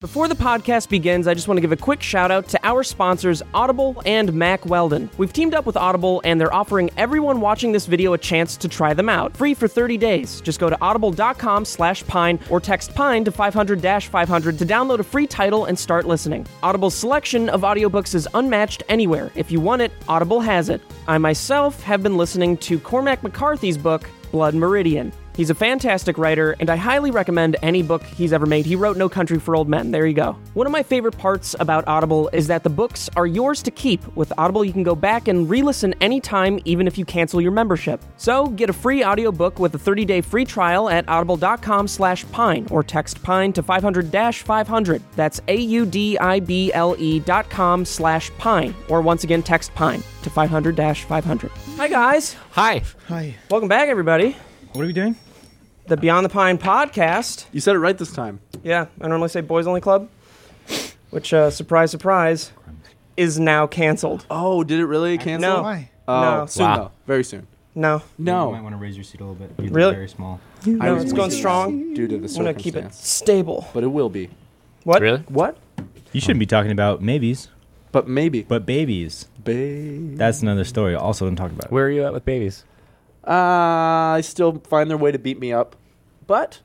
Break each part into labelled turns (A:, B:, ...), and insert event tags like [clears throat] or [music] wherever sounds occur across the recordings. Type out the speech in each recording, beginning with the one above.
A: Before the podcast begins, I just want to give a quick shout out to our sponsors, Audible and Mac Weldon. We've teamed up with Audible, and they're offering everyone watching this video a chance to try them out, free for 30 days. Just go to audible.com slash pine or text pine to 500-500 to download a free title and start listening. Audible's selection of audiobooks is unmatched anywhere. If you want it, Audible has it. I myself have been listening to Cormac McCarthy's book, Blood Meridian. He's a fantastic writer, and I highly recommend any book he's ever made. He wrote No Country for Old Men. There you go. One of my favorite parts about Audible is that the books are yours to keep. With Audible, you can go back and re listen anytime, even if you cancel your membership. So get a free audiobook with a 30 day free trial at audible.com slash pine or text pine to 500 500. That's A U D I B L E dot com slash pine. Or once again, text pine to 500 500. Hi, guys.
B: Hi.
C: Hi.
A: Welcome back, everybody.
C: What are we doing?
A: the Beyond the Pine podcast.
B: You said it right this time.
A: Yeah, I normally say Boys Only Club, which uh, surprise, surprise, is now canceled.
B: Oh, did it really cancel?
A: No.
C: Why?
B: Oh,
A: No.
B: soon
D: Wow.
B: though. Very soon.
A: No,
B: No.
D: You might want to raise your seat a little bit. You look
A: Oh. Really?
D: very small.
A: no, it's going strong.
B: due to the
A: I'm gonna
B: circumstance.
A: keep it stable.
B: But it will be.
A: What?
D: Really?
B: What?
E: You shouldn't be talking about maybes,
B: But maybe.
E: but babies.
B: Babe.
E: That's another story. Also, don't talk about it.
D: Where are you at with babies?
B: Uh, I still find their way to beat me up, but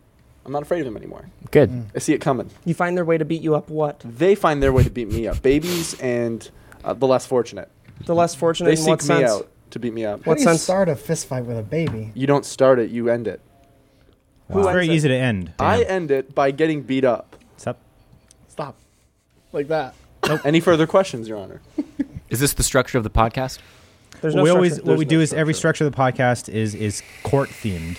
B: I'm not afraid of them anymore.
D: Good.
B: I see it coming.
A: You find their way to beat you up. What?
B: They find their way to beat me up. Babies and uh, the less fortunate.
A: The less fortunate.
B: They
A: in what
B: seek me
A: sense?
B: out to beat me up.
A: What
C: How do you
A: sense?
C: start a fist fight with a baby?
B: You don't start it, you end it.
E: Wow. It's very easy to end.
B: I
E: Dan.
B: end it by getting beat up.
E: Stop.
C: Stop. Like that.
B: Any further questions, Your Honor?
F: Is this the structure of the
B: [laughs]
F: podcast?
A: There's no
E: What we
A: structure.
E: always what
B: There's
E: we
B: no
E: do is every structure of the podcast is is court themed.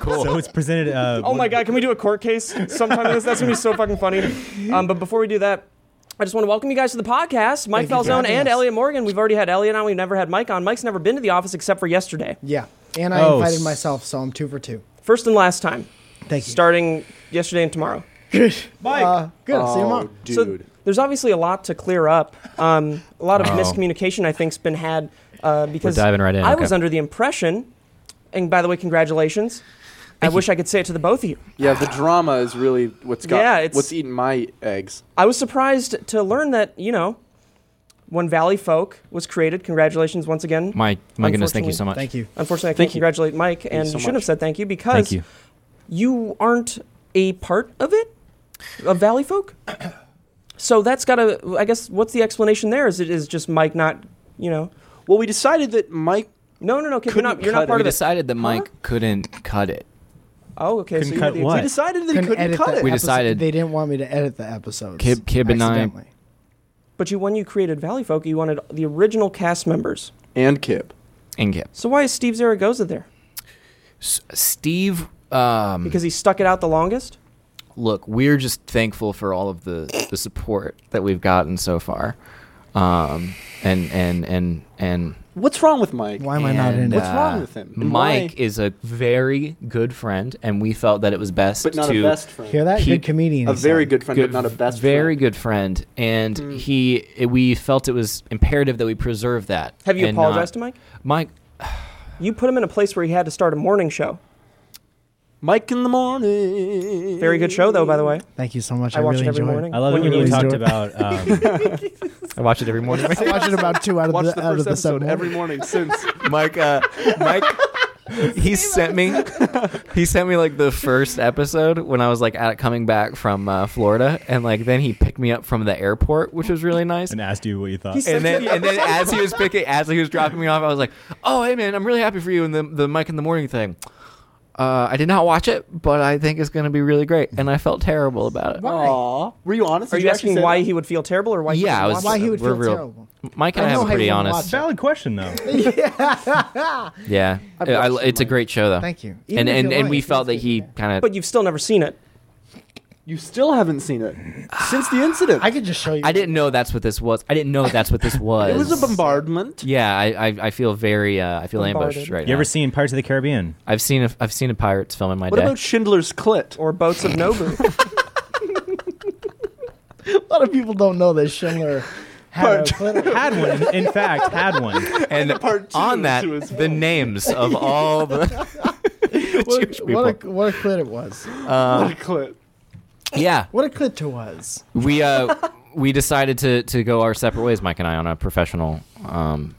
F: Cool.
E: So it's presented. Uh,
A: Oh my god, can we do a court case sometime? in this? That's gonna be so fucking funny. Um, but before we do that, I just want to welcome you guys to the podcast. Mike
C: Thank you for
A: Falzone
C: having
A: and
C: us.
A: Elliot Morgan. We've already had Elliot on. We've never had Mike on. Mike's never been to the office except for yesterday,
C: Yeah. And I
E: Oh,
C: invited
E: s-
C: myself, so I'm two for two.
A: first and last time,
C: Thank you.
A: starting yesterday and tomorrow.
E: Mike.
C: Uh, good. See you
B: Oh,
C: tomorrow.
B: dude.
A: So there's obviously a lot to clear up. Um, a lot of miscommunication, I think, has been had uh, because
F: diving right in,
A: I
F: okay.
A: was under the impression, and by the way, congratulations. I wish I could say it to the both of you.
B: Yeah, the drama is really what's got
A: Yeah, it's-
B: what's eating my eggs.
A: I was surprised to learn that, you know, when Valley Folk was created, congratulations once again.
F: my my goodness, thank you so much.
C: Thank you.
A: Unfortunately, I can't
B: Thank you.
A: congratulate Mike, and
B: so
A: you shouldn't
B: much.
A: have said thank you because
F: Thank you.
A: you aren't a part of it, of Valley Folk. So that's got to, I guess, what's the explanation there? Is it is just Mike not, you know,
B: Well, we decided that Mike
A: No, no, no. Kid, you're
B: Couldn't
A: not. You're not
B: cut
A: part
F: We
A: of it.
F: decided that Mike couldn't cut it.
A: Oh, okay.
E: Couldn't
A: so
E: cut
A: you're the
E: what?
B: We decided that he
C: Couldn't
B: couldn't
C: edit
B: cut
C: the
B: it.
F: We
C: episode-
F: decided-
C: They didn't want me to edit the episodes.
F: Kib- Kib and I-
C: accidentally.
A: But you, when you created Valley Folk, you wanted the original cast members.
B: And Kip.
F: And Kip.
A: So why is Steve Zaragoza there?
F: S- Steve, um,
A: Because he stuck it out the longest.
F: look, we're just thankful for all of the, the support that we've gotten so far. Um, and and and and
B: What's wrong with Mike?
C: Why am I not
F: and, uh,
C: in it?
B: What's wrong with him? And
F: Mike
B: why-
F: is a very good friend, and we felt that it was best
B: But not
F: to
B: a best friend.
C: Hear that?
F: He-
C: good comedian.
B: A
C: he
B: very
C: said.
B: good friend, but not a best
F: very
B: friend.
F: good friend, and he it- we felt it was imperative that we preserve that.
A: Have you
F: and
A: apologized
F: not-
A: to Mike?
F: Mike?
A: You put him in a place where he had to start a morning show.
B: Mike in the morning.
A: Very good show, though, by the way.
C: Thank you so much.
A: I
C: I,
A: watch
C: really
A: it every
C: enjoyed
A: morning.
E: I love
A: When
E: it when
A: you
E: you
C: lose
E: talked
C: to
A: [laughs]
C: it.
E: about. Um,
F: I watch it every morning.
C: [laughs] I watched it about two out of
B: Watch
C: the,
B: the
C: out of
B: first
C: the
B: episode
C: seven.
B: every [laughs] morning since.
F: Mike, uh, Mike, [laughs] he sent me, [laughs] he sent me like the first episode when I was like out coming back from uh, Florida, and like then he picked me up from the airport, which was really nice.
E: and asked you what you thought.
A: He's-
F: And then, and then as he was picking, as he was dropping me off, I was like, "Oh, hey man, I'm really happy for you." And the the Mike in the morning thing, uh, I did not watch it, but I think it's going to be really great, and I felt terrible about it.
B: Aw. Were you honest?
A: Are
B: Did
A: you
B: actually
A: asking
B: say
A: why
B: that?
A: he would feel terrible or why? he
F: Yeah,
A: doesn't
F: I was-
A: watch
C: Why he
F: Uh,
C: would
F: we're
C: feel
F: real-
C: terrible?
F: Mike and
C: I
F: I,
C: know
F: have
C: how
F: a pretty
C: you wouldn't
F: honest,
C: watch
E: Valid question though.
F: yeah.
B: I've
F: I-
B: watched
F: it's a
B: Mike.
F: great show though.
C: Thank you. Even
F: And
C: if
F: and,
C: you're
F: and we
C: lying,
F: felt that
C: it's
F: he
C: good.
F: kind of
A: But you've still never seen it.
B: You still haven't seen it since the incident.
C: I could just show you.
F: I didn't know that's what this was. I didn't know that's what this was.
B: it was a bombardment.
F: Yeah, I, I, I feel very uh, I feel ambushed
A: Bombarded.
F: right
E: You
F: now.
E: ever seen Pirates of the Caribbean?
F: I've seen a I've seen a pirates film in my
B: What
F: day.
B: about Schindler's Clit?
A: Or boats of
F: [laughs]
A: Nobu.
C: A lot of people don't know that Schindler had a clitoris.
E: Had one. in- In fact, had one.
F: and
B: part two
F: on that,
B: to his
F: the names of all the, the Jewish people. Um,
C: What a, what a clit it was.
B: What a clit.
F: Yeah,
C: What a clit to was.
F: we uh, we decided to to go our separate ways, Mike and I, on a professional um,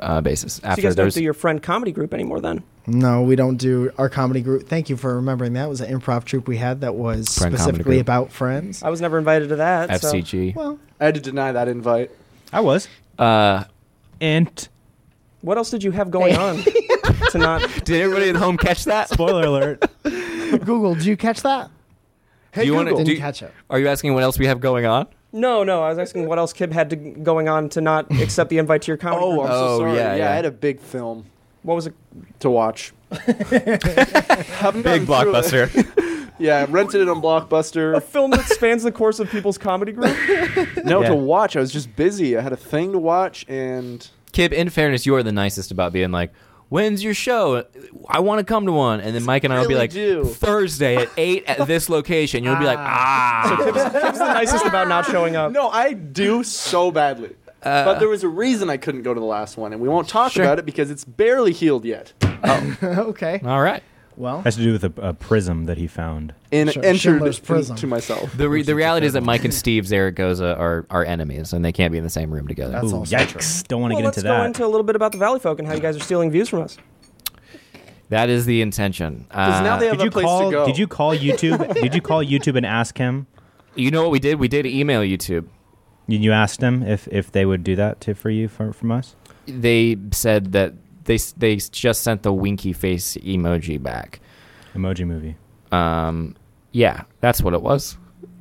F: uh, basis.
A: So
F: After
A: you guys don't
F: there's
A: do your friend comedy group anymore then?
C: No, we don't do our comedy group. Thank you for remembering that was an improv troupe we had that was
F: Friend comedy
C: specifically
F: group.
C: about friends.
A: I was never invited to that. so-
F: FCG.
C: Well,
B: I had to deny that invite.
E: I was.
F: Uh,
E: And
A: What else did you have going
F: [laughs]
A: on to not?
F: did everybody at home catch that?
E: spoiler alert.
C: Google, did you catch that?
F: do you want
C: Didn't
F: to?
C: catch it. [laughs]
F: Are you asking what else we have going on?
A: No, no. I was asking what else Kib had to, going on to not accept the invite to your comedy.
B: Oh, uh, I'm
A: group.
B: so
F: Oh,
B: sorry.
F: yeah,
B: Yeah,
F: yeah.
B: I had a big film
A: what was it?
B: to watch. Haven't
E: Big
B: gotten through it.
E: blockbuster.
B: Yeah, rented it on
A: A [laughs]
B: Blockbuster.
A: film that spans the course of people's comedy group.
B: no,
E: Yeah.
B: to watch. I was just busy. I had a thing to watch, and
F: Kib, in fairness, you are the nicest about being like, when's your show? I want to come to one. And then Mike and I will be
B: Really
F: like,
B: do.
F: Thursday at 8 at this location. You'll be like, ah.
A: Kib's the nicest about not showing up.
B: no, I do so badly. but there was a reason I couldn't go to the last one, and we won't talk
F: Sure.
B: about it because it's barely healed yet.
C: okay.
F: All right.
C: Well,
E: Has to do with a, a prism that he found.
B: And
C: Sure,
B: entered
C: Schindler's Prison.
B: to myself.
F: The, re- the reality is that Mike and Steve Zaragoza are, are enemies and they can't be in the same room together.
C: that's
E: Ooh,
C: also true.
E: yikes. Don't want to
A: Well,
E: get
A: let's
E: into
A: go
E: that.
A: into a little bit about the Valley Folk and how you guys are stealing views from us.
F: That is the intention. Uh,
B: Because now they have
E: did you
B: a place
E: call
B: to go.
E: did you call
B: [laughs]
E: YouTube did you call YouTube and ask him?
F: you know what we did? We did email YouTube.
E: You- You asked him if, if they would do that to, for you for, from us?
F: They said that they, s- they s- just sent the winky face emoji back.
E: Emoji movie.
F: Um, yeah, that's what it was.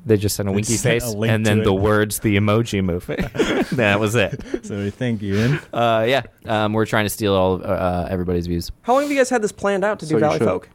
F: They just sent a
E: They
F: winky
E: sent
F: face
E: a link
F: and then
E: to
F: the
E: it.
F: words, the emoji
E: [laughs]
F: movement. [laughs] that was it.
E: So thank you, Ian.
F: Uh, yeah, um, we're trying to steal all uh, everybody's views.
A: How long have you guys had this planned out to do
B: So you
A: Valley
B: should.
A: Folk?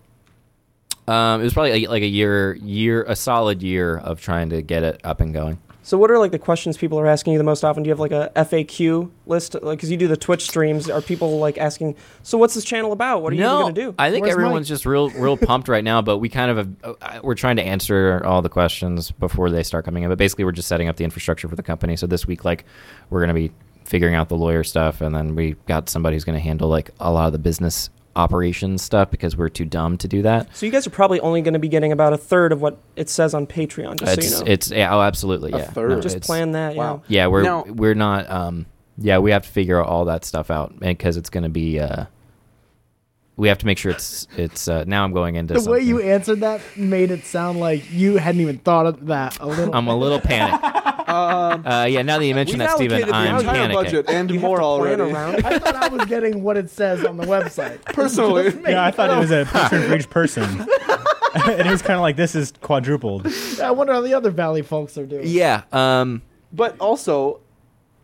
F: Um, it was probably a, like a year, year, a solid year of trying to get it up and going.
A: So what are like the questions people are asking you the most often? Do you have like a FAQ list? Like, cause you do the Twitch streams. Are people like asking? So what's this channel about? What are you
F: no,
A: going to do?
F: I think
C: Where's
F: everyone's
C: Mike?
F: just real, real pumped right now. But we kind of have, uh, we're trying to answer all the questions before they start coming in. But basically, we're just setting up the infrastructure for the company. So this week, like, we're gonna be figuring out the lawyer stuff, and then we got somebody who's gonna handle like a lot of the business operations stuff because we're too dumb to do that.
A: so you guys are probably only going to be getting about a third of what it says on Patreon. Just
F: it's,
A: so you know,
F: it's yeah, oh, absolutely,
B: A
F: yeah.
B: third.
A: just
F: it's-
A: plan that.
B: Wow.
A: Yeah.
F: Yeah, we're
B: Now-
F: we're not. Um, yeah, we have to figure out all that stuff out because it's going to be. Uh, we have to make sure it's it's. Uh, now I'm going into
C: The way
F: something.
C: you answered that made it sound like you hadn't even thought of that a little.
F: I'm a little
B: [laughs]
F: panicked. uh, yeah, now that you mentioned
B: Um, We've
F: that, Steven,
B: allocated the
F: I'm
B: entire
F: panicking.
B: budget and
A: You have
B: more
A: to plan
B: already.
A: around.
C: I thought I was getting what it says on the website.
F: [laughs]
B: [laughs] Personally,
E: [laughs] Yeah, I thought it was a picture for each
B: [laughs]
E: person. [laughs] and it was kind of like this is quadrupled.
C: I wonder how the other Valley folks are doing.
F: Yeah. Um.
B: but also,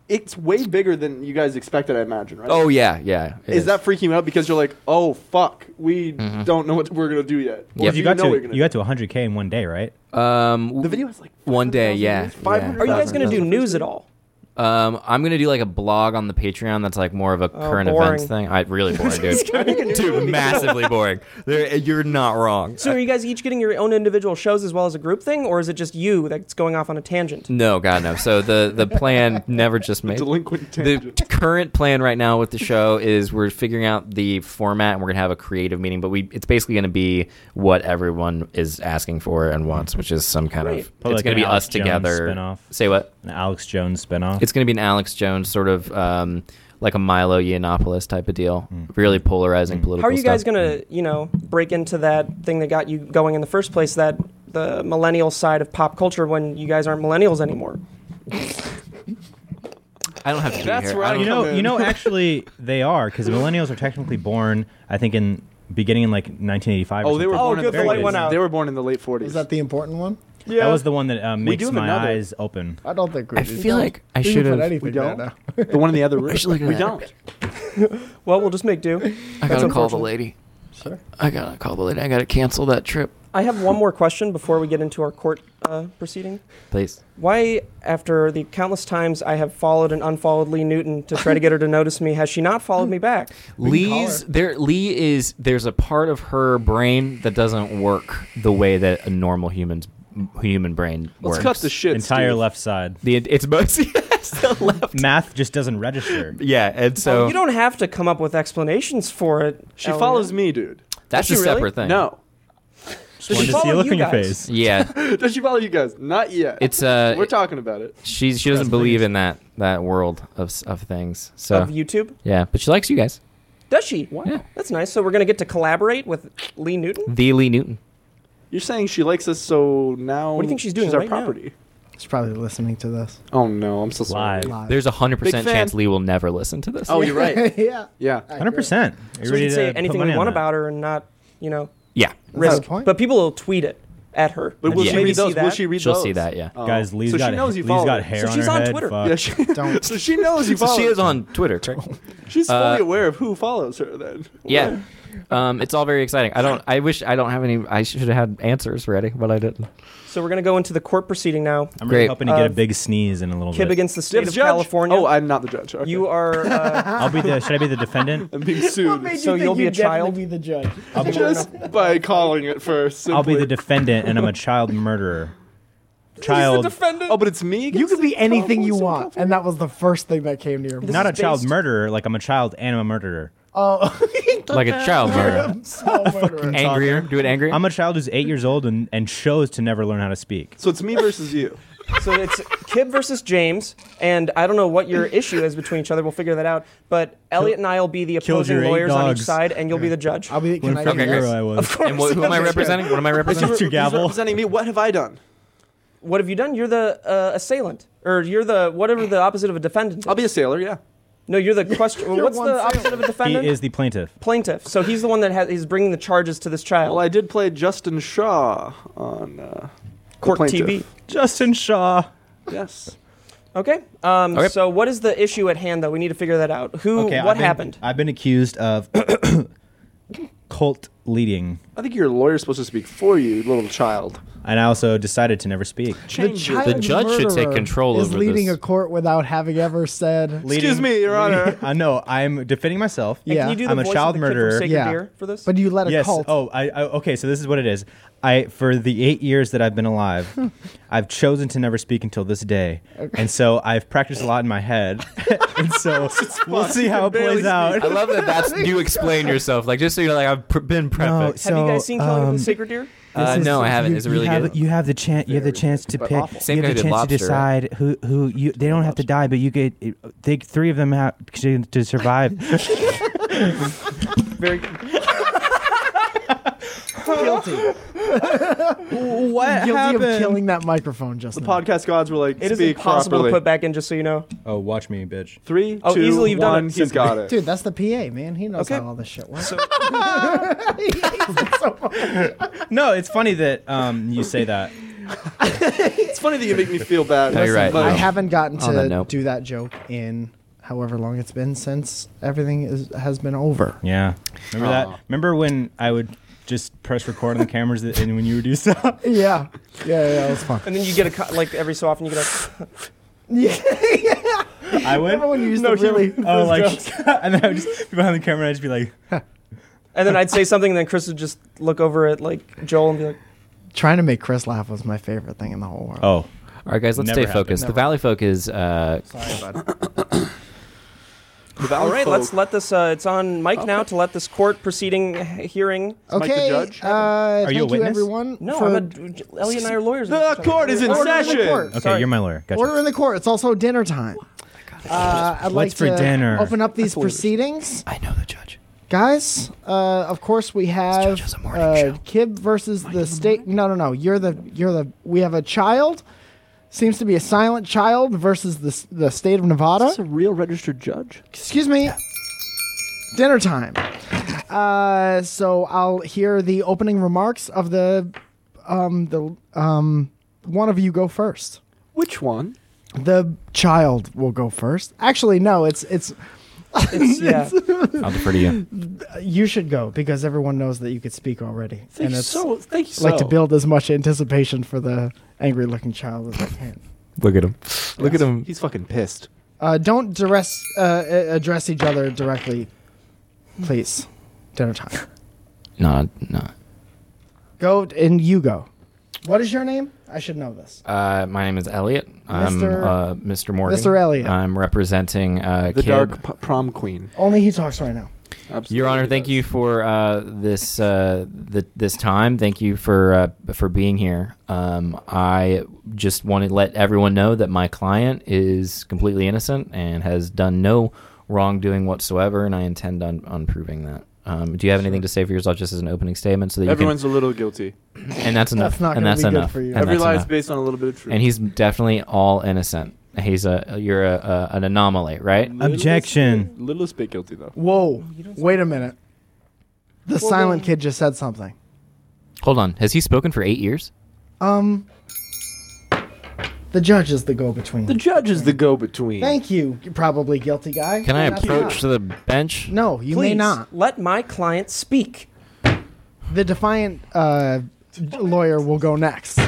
B: it's way bigger than you guys expected. I imagine, right?
F: Oh yeah. Yeah. it
B: is that freaking you out because you're like, oh fuck, we
F: Mm-hmm.
B: don't know what we're gonna do yet. Or
F: Yep.
B: do
E: you got
B: know
E: to
B: what you're gonna
E: you got to 100k in one day, right?
F: um?
B: do? the video is like
F: One day,
B: 500,000
F: yeah,
B: views,
F: yeah.
B: 500,000
A: Are you guys going to do
B: views.
A: news at all?
F: Um. I'm gonna do like a blog on the Patreon that's like more of a
B: Oh,
F: current events
A: boring.
F: thing. I
B: [laughs]
F: really boring, dude.
B: I think a news would
F: dude,
B: be
F: massively boring. There, you're not wrong.
A: So are you guys each getting your own individual shows as well as a group thing, or is it just you that's going off on a tangent?
F: No, God no. So the the plan never
B: [laughs]
F: just made.
B: delinquent
F: The
B: tangent.
F: current plan right now with the
E: [laughs]
F: show is we're figuring out the format and we're gonna have a creative meeting, but we it's basically gonna be what everyone is asking for and wants, which is some kind
A: Great.
F: of
E: Probably
F: it's
E: like
F: gonna
E: an
F: be
E: Alex
F: us
E: Jones
F: together.
E: spinoff.
F: Say what?
E: An Alex Jones spinoff.
F: It's gonna be an Alex Jones sort of um, like a Milo Yiannopoulos type of deal.
E: Hmm.
F: Really polarizing
A: How
F: political.
A: are you guys
F: stuff.
A: going to, you know, break into that thing that got you going in the first place? That the millennial side of pop culture when you guys aren't millennials anymore.
F: I don't have to. be
B: That's
F: here.
B: right.
F: I don't-
E: you know,
B: come
E: you
B: in. [laughs]
E: know. Actually, they are because millennials are technically born. I think in beginning in like 1985. or
B: Oh, they were
E: something.
B: born in
A: good,
B: the
E: the light
B: 40s.
E: went
A: out.
B: They were born in the late 40s.
C: Is that the important one?
B: yeah.
E: That was the one that uh,
B: do
E: makes
B: have
E: my
B: another.
E: eyes open.
C: I don't think we
F: I
C: do
F: feel
C: that.
F: like I
C: We can
F: should
C: put
F: have-
C: anything
B: we
C: there
B: don't.
C: now.
B: the one in the other room.
F: should look at
B: we
F: that.
B: don't.
A: Well, we'll just make do.
F: I gotta call the lady.
C: Sure.
F: I gotta call the lady. I gotta cancel that trip,
A: I have one more question before we get into our court uh, proceeding.
F: please.
A: Why, after the countless times I have followed and unfollowed Lee Newton to try to get her to notice me, has she not followed me back?
C: We can call
F: Lee's
C: her.
F: there. Lee is there's a part of her brain that doesn't work the way that a normal human's human brain
B: Let's
F: works.
B: cut the shit.
E: Entire
B: Steve.
E: left side.
F: the it's both [laughs] yes, the left.
E: Math just doesn't register.
F: Yeah, and so
A: Oh, you don't have to come up with explanations for it.
B: She follows me, dude.
F: that's
A: Does
F: a
A: she really?
F: separate thing.
B: No.
E: just
B: Does
E: wanted
B: she
E: to see a
B: follow
E: look
B: you
E: on your
B: guys?
E: face.
F: Yeah,
B: [laughs] Does she follow you guys? Not yet.
F: it's uh,
B: We're talking about it.
F: she she doesn't believe in that that world of s- of things. So
A: of YouTube.
F: yeah, but she likes you guys.
A: Does she? Wow,
F: Yeah.
A: that's nice. So we're gonna get to collaborate with Lee Newton.
F: The Lee Newton.
B: You're saying she likes us, so now
A: What do you think she's doing
B: our
A: right now?
B: property.
C: She's probably listening to this
B: Oh no, I'm so sorry.
E: Live.
C: live. [laughs]
F: There's a hundred
B: Big
F: percent
B: fan.
F: chance Lee will never listen to this.
B: Oh, you're right.
C: yeah.
B: Yeah.
E: Hundred percent.
A: So we can say anything we want about her and not, you know,
F: yeah,
C: not
A: risk.
C: the point.
A: But people will tweet it at her.
B: But will
A: And
F: Yeah.
B: she
A: maybe
B: read
A: see
B: those? Will
A: that.
B: she read
F: she'll
B: those?
F: see that. Yeah,
A: uh,
B: Oh.
E: Guys, Lee's
B: so
E: got
B: she knows you
E: Lee's
B: follow
E: got
B: her.
E: hair
A: So
E: on
A: she's
E: her
A: on
E: head.
A: Twitter.
E: Fuck.
B: Yeah, she, [laughs]
C: Don't.
F: So
B: so she knows you follow.
F: so she
B: her.
F: is on Twitter. correct?
B: She's
F: Uh,
B: fully aware of who follows her. Then.
F: [laughs] Yeah, um, it's all very exciting. I don't. I wish I don't have any. I should have had answers ready, but I didn't.
A: So we're gonna go into the court proceeding now.
E: I'm really
F: Great.
E: hoping to get
A: Uh,
E: a big sneeze in a little
A: Kib
E: bit.
A: against the state
B: The
A: of
B: judge?
A: California.
B: Oh, I'm not the judge. Okay.
A: you are.
B: [laughs]
A: Uh,
E: I'll be the. Should I be the defendant?
B: I'm being sued
A: So you'll be a child?
C: Be the judge.
E: I'll be,
B: just by calling it first.
E: I'll be
B: simply.
E: the
A: [laughs]
E: defendant, and I'm a child murderer. Child,
B: Oh, but it's me. Oh,
C: You could be anything you
B: Cowboys and
C: want, and that was the first thing that came to your mind.
E: not a
A: is
E: child
A: based-
E: murderer. Like I'm a child and I'm a murderer.
C: oh,
F: Like a child murderer.
C: murderer.
F: Angrier. Do it angrier.
E: I'm a child who's eight years old and, and chose to never learn how to speak.
B: So it's me versus you.
E: [laughs]
A: Oh, so it's Kib versus James, and I don't know what your issue is between each other. We'll figure that out. But Elliot and I will be the
E: Killed
A: opposing
E: your eight
A: lawyers on each
E: dogs.
A: side, and you'll be the judge.
C: I'll be. Can I
E: What a fucking
C: do this?
E: hero I was.
F: and wh- who am I representing? What am I representing?
E: Mr.
B: He's
E: Gavel.
B: representing me. What have I done?
A: What have you done? You're the uh, assailant, or you're the whatever the opposite of a defendant.
B: I'll
A: Is.
B: be a sailor. Yeah.
A: No, you're the question.
C: You're
A: what's the
C: one assailant.
A: opposite of a
E: He
A: defendant?
E: is the plaintiff.
A: plaintiff. So he's the one that has, is bringing the charges to this child.
B: Well, I did play Justin Shaw on uh, The
A: Court
B: Plaintiff.
A: TV.
E: Justin Shaw.
B: Yes.
A: Okay. Um,
F: Okay.
A: So what is the issue at hand, though? We need to figure that out. Who?
E: Okay,
A: what
E: I've been-
A: happened?
E: I've been accused of [coughs] cult leading,
B: I think your lawyer's supposed to speak for you, little child.
E: and I also decided to never speak.
C: The,
B: Change
C: child
B: it.
F: judge should take
C: murderer
F: control
C: is
F: over
C: leading
F: this.
C: a court without having ever said.
B: Excuse
E: Leading-
B: me, Your Honor.
E: [laughs] I know I'm defending myself.
A: And
C: Yeah.
A: Can you do the
E: I'm a
A: voice
E: child
A: of the kid from
E: murderer.
A: Sacred
C: Yeah.
A: Deer for this?
C: But you let a
E: yes.
C: cult.
E: Oh, I, I okay. So this is what it is. I for the eight years that I've been [laughs] alive, I've chosen to never speak until this day, and so I've practiced a lot in my [laughs] head, and so we'll see how it
B: Barely
E: plays
B: speak.
E: out.
F: I love that. That's you explain yourself. Like just so you know, like I've pr- been prepped.
E: No,
A: have you guys
E: so,
A: seen Killing of
E: um,
A: the Sacred Deer?
F: Uh,
E: This is-
F: no, I haven't. It's a really
E: you have,
F: good.
E: You have the chance. You have the chance to
B: but
E: pick.
B: awful.
F: Same
E: you
F: guy
E: have
F: who
E: the
F: did
E: chance to
F: Lobster, right?
E: decide who who you. They don't have to die, but you get. They three of them out to, to survive.
A: Very.
C: guilty.
E: what
C: guilty of killing that microphone just
B: The
C: now.
B: Mm. podcast gods were like,
A: It is
B: speak
A: impossible
B: properly.
A: to put back in, just so you know.
E: [laughs] Oh, watch me, bitch.
B: Three,
A: Oh,
B: two,
A: easily you've done
B: one,
A: it.
B: He's got it.
C: Dude, that's the PA, man. He knows
A: Okay.
C: how all this shit works. [laughs]
E: No, it's funny that um you say that.
B: It's funny that you make me feel bad.
F: No, you're right.
B: But
C: I haven't gotten
F: On that
C: to
F: note.
C: do that joke in however long it's been since everything is, has been over.
E: Yeah. Remember
B: Aw.
E: that? Remember when I would just press record on the cameras that, and when you would do [laughs] stuff?
C: Yeah. Yeah, yeah, it was fun.
A: And then you get a co- like every so often you get a.
E: I would.
C: Remember when you used to really
E: Oh, like, [laughs] and then I would just be behind the camera and I'd just be like,
A: And then I'd say something, and then Chris would just look over at like Joel and be like,
C: trying to make Chris laugh was my favorite thing in the whole world.
E: oh,
F: All right, guys, let's
E: Never
F: stay focused. The
C: happened.
F: Valley Folk is uh,
A: "All right, let's
B: let.
A: let this. Uh, it's on Mike now to let this court proceeding h- hearing."
B: Mike the
C: Okay.
B: judge?
C: Uh, Are
E: you a
C: thank you,
E: witness?
C: everyone.
A: No,
C: for
A: I'm a, Elliot and I are lawyers.
B: The court is in
A: Order the
B: session.
A: court.
E: okay,
A: Sorry.
E: you're my lawyer. Gotcha.
C: Order in the court. It's also dinner time. Uh, I'd like
E: What's for
C: to
E: dinner?
C: open up these
B: That's orders.
C: proceedings,
F: I know the judge.
C: guys. Uh, of course, we have
F: judge has a morning
C: uh,
F: show.
C: Kib versus the state. No, no, no. You're the you're the. We have a child. Seems to be a silent child versus the s- the state of Nevada.
B: a real registered judge.
C: Excuse me. Dinner time. Uh, so I'll hear the opening remarks of the um the um one of you go first.
B: Which one?
C: The child will go first. Actually, no. It's it's
A: It's-
C: [laughs]
A: yeah.
F: I'll defer to you.
C: you should go because everyone knows that you could speak already,
B: Thank
C: and
B: you
C: it's
B: so. Thank you so.
C: like to build as much anticipation for the angry looking child as I can.
F: Look at him. Look at him.
B: He's fucking pissed.
C: Uh, don't dress, uh, a- address each other directly, please. Dinner time.
F: No, no.
C: Go and you go. What is your name? I should know this.
F: Uh, my name is Elliot. I'm
C: Mr.
F: uh, Mr. Morgan.
C: Mr. Elliot.
F: I'm representing uh,
B: The
F: Kib.
B: dark p- prom queen.
C: Only he talks right now.
B: Absolutely
F: Your Honor,
B: does.
F: thank you for uh, this uh, th- this time. Thank you for uh, for being here. Um, I just want to let everyone know that my client is completely innocent and has done no wrongdoing whatsoever, and I intend on, on proving that. Um, do you have anything to say for yourself, just as an opening statement, so that you
B: Everyone's a little guilty.
F: can, and that's enough,
C: That's not
F: and
C: gonna
F: that's
C: be good
F: enough,
C: for you.
F: and
C: Yeah,
B: Every
F: that's
B: lie is
F: enough.
B: based on a little bit of truth.
F: and he's definitely all innocent. He's a you're a, a an anomaly, right?
B: Littlest
E: Objection.
B: bit- Littlest bit guilty though.
C: Whoa! Wait a minute. The silent kid just said something.
F: Hold on, has he spoken for eight years?
C: Um, the judge is the go-between.
B: The judge is the go-between.
C: Thank you, you probably guilty guy.
F: Can I
C: That's
F: approach
C: not-
F: the bench?
C: No, you may
A: Please,
C: not.
A: Let my client speak.
C: The defiant uh, lawyer will go next.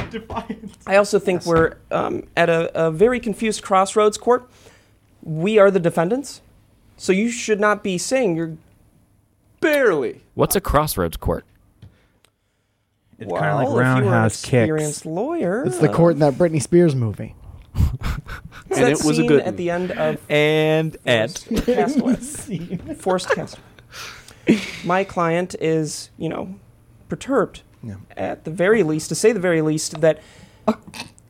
A: I also think we're um, at a, a very confused crossroads court. We are the defendants, so you should not be saying you're.
B: Barely.
F: What's a crossroads court?
E: It's kind of
A: Well, if
E: like
A: you were an
E: roundhouse
A: experienced
E: kicks.
A: lawyer.
C: It's the court in that Britney Spears movie.
A: It's
B: And
A: that
B: it was a
A: scene
B: good
A: at
B: one.
A: the end of
F: And at
A: Castaway. Forced Castaway. My client is, you know, perturbed at the very least, to say the very least, that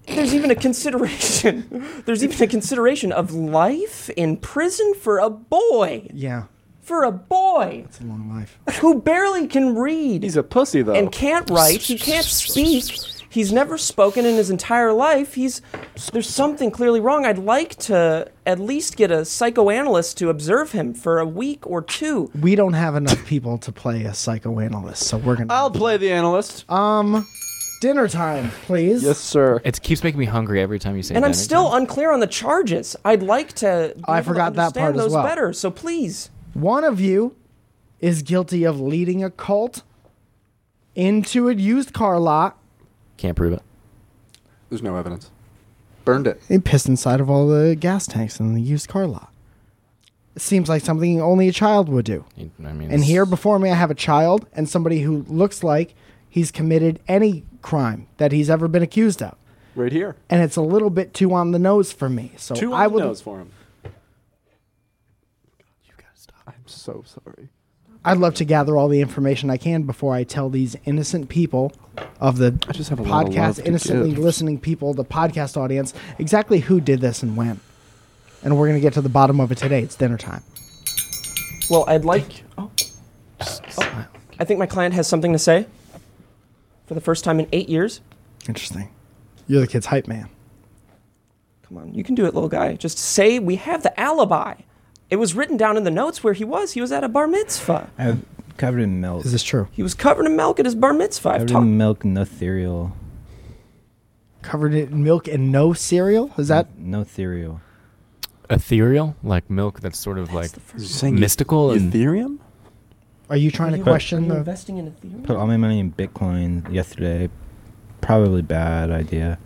A: there's even a consideration. [laughs] there's even a consideration of life in prison for a boy.
C: Yeah,
A: For a boy
C: it's a long life. [laughs]
A: who barely can read
B: He's a pussy though.
C: Oh.
A: and can't write. He can't speak. He's never spoken in his entire life. He's there's something clearly wrong. I'd like to at least get a psychoanalyst to observe him for a week or two.
C: We don't have enough people to play a psychoanalyst, so we're gonna.
B: I'll play the analyst.
C: um, dinner time, please.
B: yes, sir.
F: It keeps making me hungry every time you say.
A: And I'm
F: dinner
A: still
F: time.
A: unclear on the charges. I'd like to. be
C: Oh, I
A: able to
C: forgot that part
A: understand
C: as
A: those
C: well.
A: Better, so please.
C: One of you is guilty of leading a cult into a used car lot.
F: can't prove it.
B: There's no evidence. Burned it.
C: It pissed inside of all the gas tanks in the used car lot. It seems like something only a child would do.
F: You- I mean,
C: And
F: it's-
C: here before me, I have a child and somebody who looks like he's committed any crime that he's ever been accused of.
B: Right here.
C: And it's a little bit too on the nose for me. So
B: Two
C: I
B: on the
C: would,
B: nose for him. You gotta stop. I'm so sorry.
C: I'd love to gather all the information I can before I tell these innocent people of the
B: I just have a lot of love
C: podcast,
B: to
C: innocently
B: give.
C: listening people, the podcast audience, exactly who did this and when. And we're going to get to the bottom of it today. It's dinner time.
A: Well, I'd like. Oh, oh. I think my client has something to say. For the first time in eight years.
C: Interesting. You're the kid's hype man.
A: Come on, you can do it, little guy. Just say we have the alibi. It was written down in the notes where he was. He was at a bar mitzvah.
E: I'm covered in milk.
C: Is this true?
A: He was covered in milk at his bar mitzvah. I've
E: Covered
A: talked-
E: in milk, no cereal.
C: Covered in milk and no cereal? Is that
E: No cereal.
F: ethereal, like milk. That's sort of like
B: saying
F: mystical and
B: Ethereum?
C: Are you trying
A: Are
C: to
A: you-
C: question
A: are you
C: the?
A: investing in Ethereum?
E: Put all my money in Bitcoin yesterday. Probably bad idea.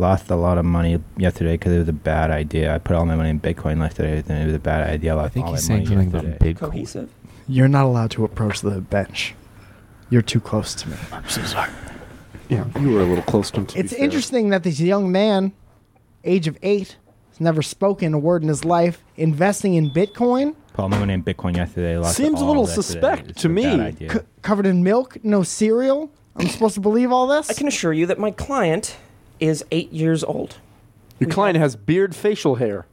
E: Lost a lot of money yesterday because it was a bad idea. I put all my money in Bitcoin yesterday, and it was a bad idea. I lost
F: I think
E: all
F: he's
E: my
F: saying
E: money
F: something about
E: yesterday.
F: Bitcoin.
A: cohesive.
C: You're not allowed to approach the bench. You're too close to me.
B: Yeah, you were a little close to him. To
C: It's
B: be fair.
C: interesting that this young man, age of eight, has never spoken a word in his life, investing in Bitcoin,
E: Put all my money in Bitcoin yesterday. Lost
B: Seems a
E: all
B: little
E: yesterday.
B: suspect
E: It's
B: to
E: a bad
B: me.
E: idea.
C: c- covered in milk, no cereal. I'm supposed to believe all this?
A: I can assure you that my client is eight years old.
B: Your client has beard facial hair.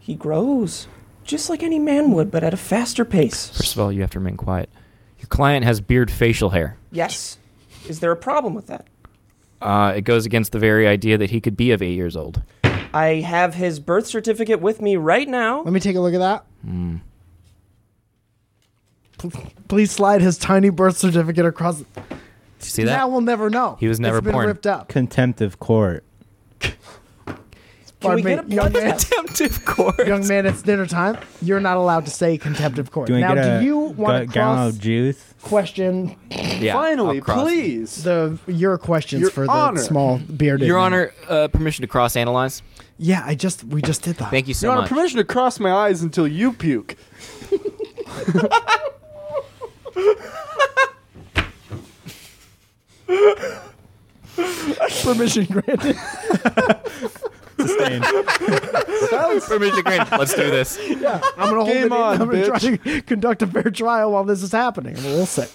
A: He grows just like any man would, but at a faster pace.
F: First of all, you have to remain quiet. Your client has beard facial hair.
A: Yes. Is there a problem with that?
F: Uh, it goes against the very idea that he could be of eight years old.
A: I have his birth certificate with me right now.
C: Let me take a look at that.
F: Hmm.
C: P- Please slide his tiny birth certificate across.
F: Did you see
C: Now
F: that?
C: we'll never know.
F: He was never
C: it's been
F: born.
C: ripped up.
E: Contempt of court.
A: Can we
C: Pardon
A: get a
C: me, young
A: blood
C: man.
F: [laughs]
A: test?
F: Attemptive court.
C: Young man, it's dinner time. You're not allowed to say contempt of court.
E: Do we
C: now,
E: get a
C: do you want
E: gu-
C: to
E: gallon
C: cross
E: of juice?
C: question
F: Yeah,
B: Finally,
F: I'll cross.
B: please.
C: the your questions
B: Your
C: for the
B: Honor.
C: small bearded?
F: Your
C: man?
F: Honor, uh, permission to cross analyze.
C: Yeah, I just we just did that.
F: Thank you so
B: Your Honor,
F: much.
B: permission to cross my eyes until you puke. [laughs]
C: Permission granted.
E: sustained.
F: Permission granted. Let's do this.
C: I'm gonna hold
B: Game
C: it. in.
B: on,
C: I'm gonna try
B: bitch.
C: to conduct a fair trial while this is happening. I'm a little sick.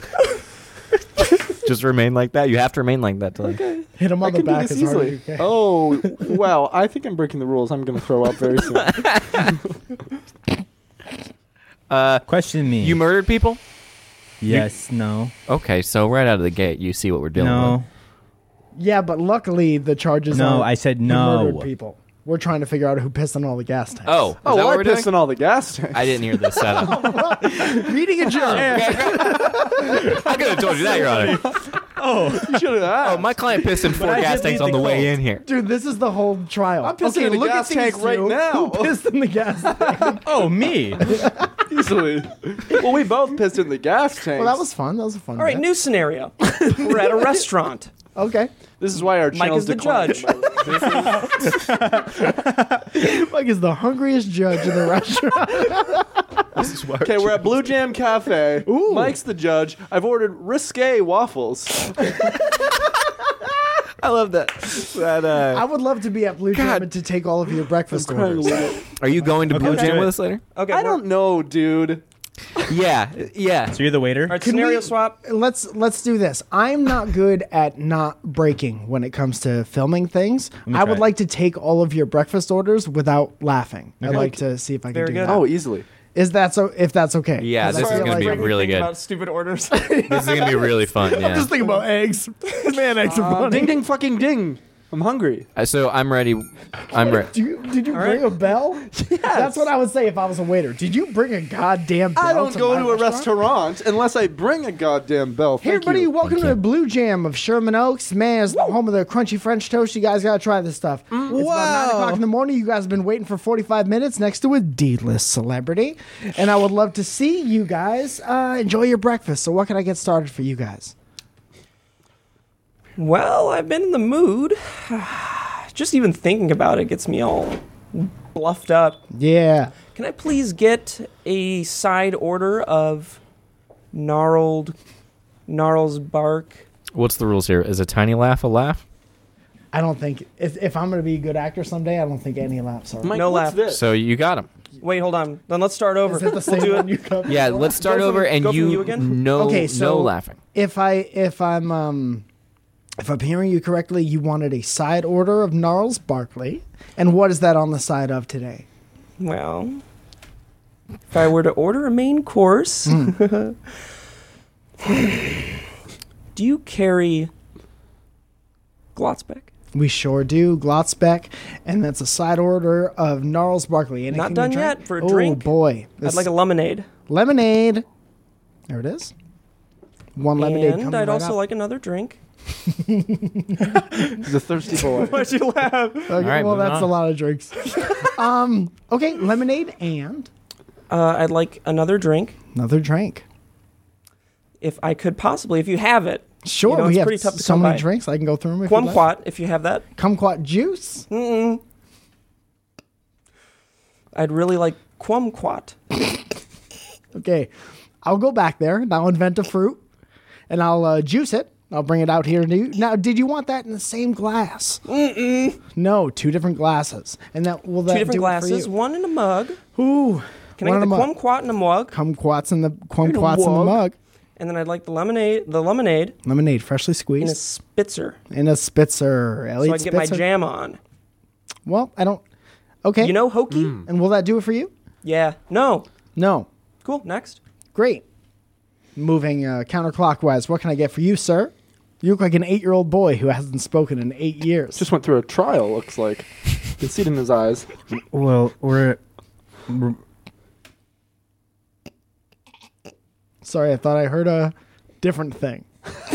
F: [laughs] Just remain like that. You have to remain like that. Till okay.
C: Hit him on
B: I
C: the
B: can do
C: back
B: this
C: as hard as
B: easily.
C: you can.
B: Oh, wow. I think I'm breaking the rules. I'm going to throw up very soon.
F: [laughs] Uh,
E: Question me.
F: you murdered people.
E: yes, no,
F: Okay, so right out of the gate, you see what we're dealing
E: no,
C: Yeah, but luckily the charges.
E: no.
C: aren't-
E: I said
C: he
E: no.
C: Murdered people. We're trying to figure out who pissed on all the gas tanks.
F: with. Oh, is
B: oh,
F: that
B: well,
F: what
B: I
F: we're doing?
B: pissed in all the gas tanks. [laughs]
F: I didn't hear this setup.
C: meeting a judge.
F: I could have told you that, Your Honor.
B: You should
F: Oh,
B: have
F: my client pissed in four
E: I
F: gas
E: did
F: tanks
E: lead
F: on the
E: the
F: way
E: cult.
F: in here.
C: Dude, this is the whole trial.
B: I'm pissing
C: okay,
B: in the
C: look
B: gas
C: at these
B: tank right
C: two.
B: now.
C: Who pissed in the gas tank?
E: Oh, me. [laughs]
B: Easily. well, we both pissed in the gas tanks.
C: Well, that was fun. That was a fun.
A: All right,
C: bit.
A: new scenario. We're at a
F: [laughs]
A: restaurant.
C: okay.
B: This is why our
A: Mike
B: channels
A: is the
B: declined.
A: judge.
C: Mike is the hungriest judge in the [laughs] restaurant.
B: Okay, we're at Blue Jam Cafe. Mike's the judge. I've ordered risque waffles.
F: I love that. that uh,
C: I would love to be at Blue Jam and to take all of your breakfast orders.
F: are you going to Blue
E: let's
F: Jam
E: do
F: with
E: it.
F: us later?
A: Okay,
B: I
A: we're-
B: don't know, dude.
F: Yeah, yeah.
E: So you're the waiter.
A: All right,
C: Can
A: scenario
C: we-
A: swap.
C: Let's let's do this. I'm not good at not breaking when it comes to filming things.
E: me try
C: I would
E: it.
C: like to take all of your breakfast orders without laughing. I'd
E: Okay.
C: like to see if I can
A: Very
C: do
A: good.
C: that.
B: Oh, easily.
C: Is that so? If that's okay?
F: Yeah,
C: 'Cause I
F: this is
C: feel
F: gonna be
C: like-
F: really good.
A: About stupid orders.
F: [laughs] This is gonna be really fun. Yeah.
C: Just think about eggs. Man, eggs are
B: Uh,
C: funny.
B: ding, ding, fucking ding. I'm hungry.
F: Uh, So I'm ready. I'm ready.
C: Do you, did you
A: right.
C: bring a bell? That's what I would say if I was a waiter. Did you bring a goddamn bell?
B: I don't go
C: my
B: to a restaurant unless I bring a goddamn bell.
C: Hey
B: Thank
C: everybody,
B: you.
C: welcome
E: Thank
C: to
E: you.
C: the Blue Jam of Sherman Oaks. Man, it's the home of the crunchy French toast. You guys gotta try this stuff. It's about nine o'clock in the morning. You guys have been waiting for 45 minutes next to a D-list celebrity. And I would love to see you guys uh, enjoy your breakfast. So what can I get started for you guys?
A: well, I've been in the mood. [sighs] Just even thinking about it gets me all bluffed up.
C: Yeah.
A: Can I please get a side order of gnarled gnarls bark?
F: What's the rules here? Is a tiny laugh a laugh?
C: I don't think if, if I'm gonna be a good actor someday, I don't think any laps are.
B: Mike,
A: No
B: what's
A: laugh.
B: This?
F: So you got him.
A: Wait, hold on. Then let's start over.
C: Is it the same
A: [laughs] we'll
C: one
A: do it.
C: you got
F: Yeah,
C: before?
F: let's start
A: from-
F: over and
A: go from
F: you,
A: you again?
F: no
C: Okay, so-
F: no laughing.
C: if I if I'm um if I'm hearing you correctly, you wanted a side order of Gnarls Barkley. And what is that on the side of today?
A: Well, if I were to order a main course,
C: Hmm.
A: [sighs] do you carry Glotzbeck?
C: We sure do, Glotzbeck, and that's a side order of Gnarls Barkley. Anything
A: Not
C: to
A: done
C: drink?
A: yet. For a
C: oh,
A: drink,
C: boy.
A: I'd like a lemonade,
C: lemonade. There it is. One lemonade
A: and
C: coming
A: I'd
C: right
A: also
C: up.
A: like another drink.
B: He's a thirsty boy.
A: Why'd you laugh?
C: Okay,
F: right,
C: well,
F: moving
C: that's
F: on.
C: a lot of drinks. [laughs] um, okay, lemonade and
A: Uh, I'd like another drink,
C: another drink.
A: if I could possibly, if you have it.
C: Sure,
A: You know,
C: we
A: it's
C: have
A: pretty tough to
C: so
A: come
C: many
A: by.
C: drinks. I can go through them. If you'd like.
A: Kumquat, if you have that.
C: Kumquat juice.
A: I'd really like kumquat.
C: Okay, I'll go back there and I'll invent a fruit and I'll uh, juice it. I'll bring it out here to you. Now, did you want that in the same glass? Mm-mm. No, two different glasses. And that will that
A: Two different
C: do
A: glasses,
C: It
A: one in a mug.
C: for you? Ooh,
A: Can
C: one
A: I get
C: in
A: the
C: a mug.
A: kumquat in a mug?
C: Kumquats in the kumquats in the
B: wog.
C: mug.
A: And then I'd like the lemonade, the lemonade
C: Lemonade, freshly
A: in a
C: squeezed,
A: spitzer,
C: in a, spitzer.
A: so I
C: Elliot
A: can get my
C: Spitzer.
A: jam on.
C: Well, I don't. Okay,
A: You know, hokey.
B: Hmm.
C: And will that do it for you?
A: Yeah. No.
C: No.
A: Cool. Next.
C: Great. Moving uh, counterclockwise. What can I get for you, sir? You look like an eight-year-old boy who hasn't spoken in eight years.
B: Just went through a trial, looks like. You can see it in his eyes.
E: Well, we're. we're
C: Sorry, I thought I heard a different thing [laughs]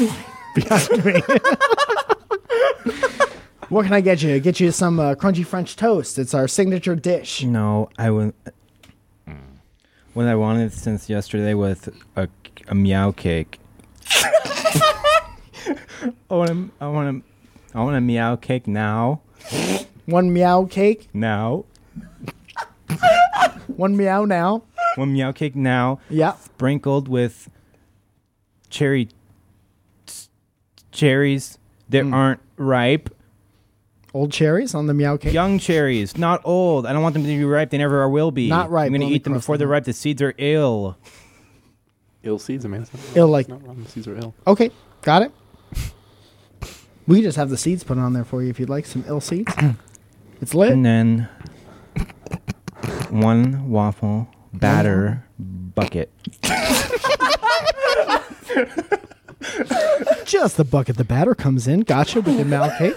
C: behind me. [laughs] what can I get you? Get you some uh, crunchy French toast. It's our signature dish.
E: no, I wouldn't.
C: Mm.
E: What I wanted since yesterday was a, a meow
C: [laughs]
E: cake. I want to. I want to. I want a meow cake now.
C: One meow cake.
E: Now.
C: One meow now.
E: One meow cake now.
C: Yeah.
E: sprinkled with
C: Mm.
E: cherry cherries that aren't ripe
C: old cherries on the meow cake.
E: Young cherries, not old. I don't want them to be ripe. They never are will be.
C: Not ripe,
E: I'm going to
C: only
E: eat them
C: crust
E: before
C: them.
E: they're ripe. The seeds are ill.
B: Ill seeds, man. It's not-
C: Ill like-
B: it's not wrong. The seeds are ill.
C: Okay, got it. We just have the seeds put on there for you if you'd like some ill seeds. It's lit.
E: And then one waffle batter bucket.
C: Just the bucket the batter comes in. Gotcha with the meow cake.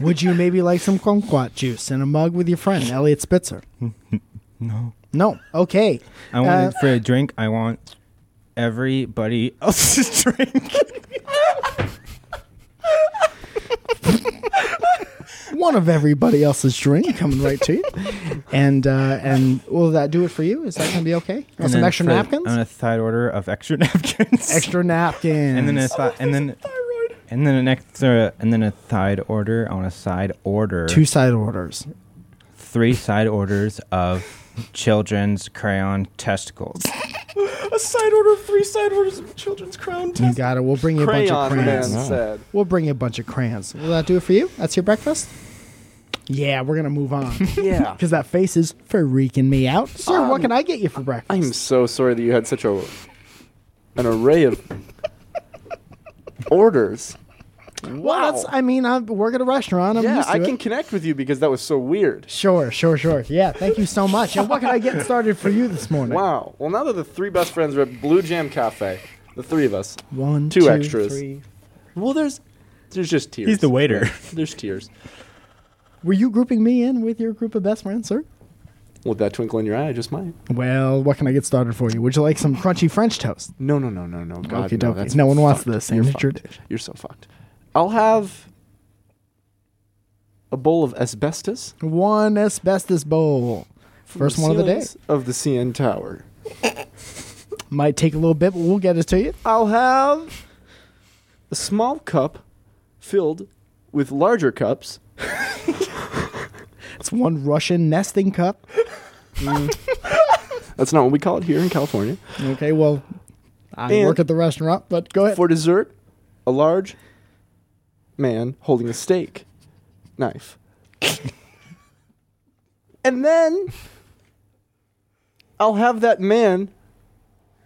C: Would you maybe like some kumquat juice in a mug with your friend Elliot Spitzer?
E: No.
C: No. Okay.
E: I want
C: Uh,
E: it for a drink. I want everybody [laughs] else's drink.
C: one of everybody else's drink coming right to you. And uh, and will that do it for you? Is that gonna be okay? Want
E: And
C: some
E: then
C: extra
E: for-
C: napkins?
E: And a third order of extra [laughs] napkins.
C: extra napkins.
E: And then a thi- and then and then an extra and then a side order on a side order.
C: two side orders.
E: three side orders of children's crayon testicles.
B: A side order of three side orders of children's crown
C: You got it. We'll bring you a bunch of
B: Crayon man
C: crayons.
B: said.
C: We'll bring you a bunch of crayons. Will that do it for you? That's your breakfast? Yeah, we're gonna move on.
B: [laughs]
C: [laughs]
B: Yeah. Um,
C: Because that face is freaking me out. Sir, what can I get you for breakfast?
B: I'm so sorry that you had such a an array of orders.
C: well, that's I mean, I work at a restaurant. I'm
B: yeah,
C: used to
B: I
C: it.
B: can connect with you because that was so weird.
C: Sure, sure, sure. Yeah, thank you so much. And what can I get started for you this morning?
B: Wow. Well, now that the three best friends are at Blue Jam Cafe, the three of us.
C: One,
B: Two extras.
C: three.
B: Well, there's there's just tears.
E: He's the waiter.
B: There's tears.
C: Were you grouping me in with your group of best friends, sir?
B: With that twinkle in your eye, I just might.
C: Well, what can I get started for you? Would you like some crunchy French toast?
B: No, no, no, no, no. God,
C: Okey
B: no,
C: dokey.
B: that's
C: No one wants
B: fucked.
C: this
B: You're
C: signature
B: fucked.
C: dish.
B: You're so fucked. I'll have a bowl of asbestos.
C: One asbestos bowl.
B: from
C: First one of the day.
B: ceilings Of the CN Tower.
C: Might take a little bit, but we'll get it to you.
B: I'll have a small cup filled with larger cups.
C: It's one Russian nesting cup.
B: That's not what we call it here in California.
C: Okay, well, I
B: And-
C: work at the restaurant, but go ahead.
B: For dessert, a large man holding a steak knife. [laughs] and then I'll have that man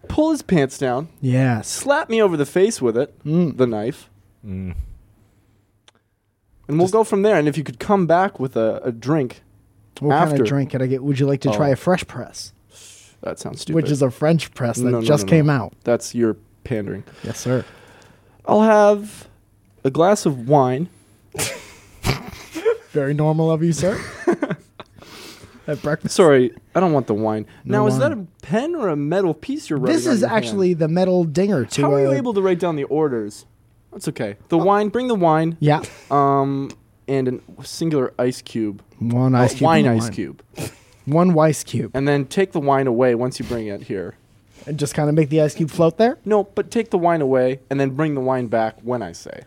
B: pull his pants down,
C: yes.
B: slap me over the face with it,
C: Hmm.
B: the knife. And we'll go from there. And if you could come back with a, a drink,
C: What kind
B: After.
C: of drink could I get? Would you like to try
B: Oh.
C: a fresh press,
B: that sounds stupid.
C: which is a French press that
B: No, no,
C: just
B: no, no.
C: came out?
B: That's your pandering.
C: Yes, sir.
B: I'll have a glass of wine.
C: Very normal of
B: [laughs]
C: you, sir. at breakfast.
B: Sorry, I don't want the wine.
C: No
B: now, is that a
C: wine.
B: pen or a metal piece you're writing?
C: This
B: on
C: is
B: your hand?
C: actually the metal dinger to uh,
B: How are you
C: a-
B: able to write down the orders? That's okay. The wine. Bring the wine.
C: Oh. Yeah.
B: Um, and a singular ice cube.
C: One ice
B: Uh,
C: cube.
B: wine
C: and
B: ice cube.
C: One ice cube.
B: And then take the wine away once you bring it here.
C: And just kind of make the ice cube float there?
B: No, but take the wine away and then bring the wine back when I say.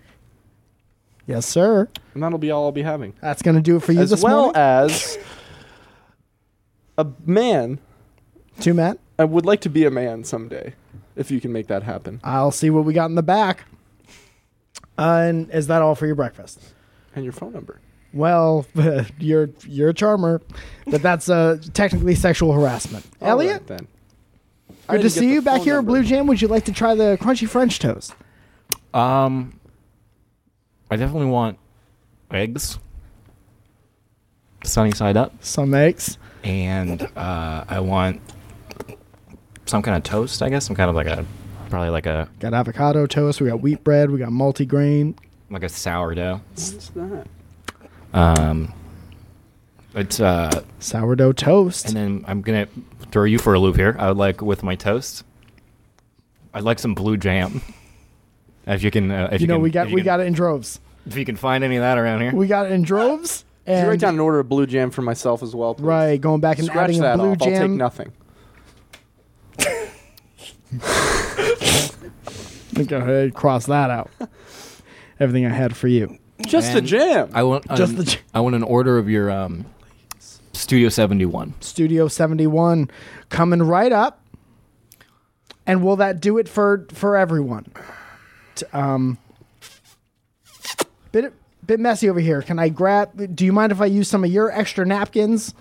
C: Yes, sir.
B: And that'll be all I'll be having.
C: That's going to do it for you
B: As
C: this
B: well
C: morning.
B: as a man
C: Two men.
B: I would like to be a man someday, if you can make that happen.
C: I'll see what we got in the back. Uh, and is that all for your breakfast?
B: And your phone number.
C: Well, [laughs] you're you're a charmer, but that's uh, technically sexual harassment.
B: All
C: Elliot,
B: right, then.
C: good to
B: didn't get
C: see you
B: the
C: back
B: phone
C: here at
B: number.
C: Blue Jam. Would you like to try the crunchy French toast?
F: Um, I definitely want eggs, sunny side up,
C: Some eggs.
F: and uh, I want some kind of toast. I guess some kind of like a probably like a
C: Got avocado toast. We got wheat bread. We got multigrain.
F: like a sourdough.
B: What's that?
F: Um, it's uh,
C: Sourdough toast.
F: and then I'm gonna throw you for a loop here. I would like with my toast. I'd like some blue jam. If you can, uh, if you,
C: you know,
F: can-
C: we
F: if
C: got
F: you
C: we
F: can-
C: got it in droves.
F: If you can find any of that around here,
C: We got it in droves. And
B: Can you write down an order of blue jam for myself as well? please?
C: right, going back and
B: Scratch
C: adding
B: that
C: a blue
B: off.
C: jam.
B: I'll take nothing.
C: Go ahead, cross
B: [laughs]
C: that out. Everything I had for you.
B: Just the
F: And
B: jam.
F: I want um,
C: Just the j-
F: I want an order of your um, Studio 71.
C: Studio 71 coming right up. And will that do it for for everyone? T- Um, bit of, bit messy over here. Can I grab? Do you mind if I use some of your extra napkins?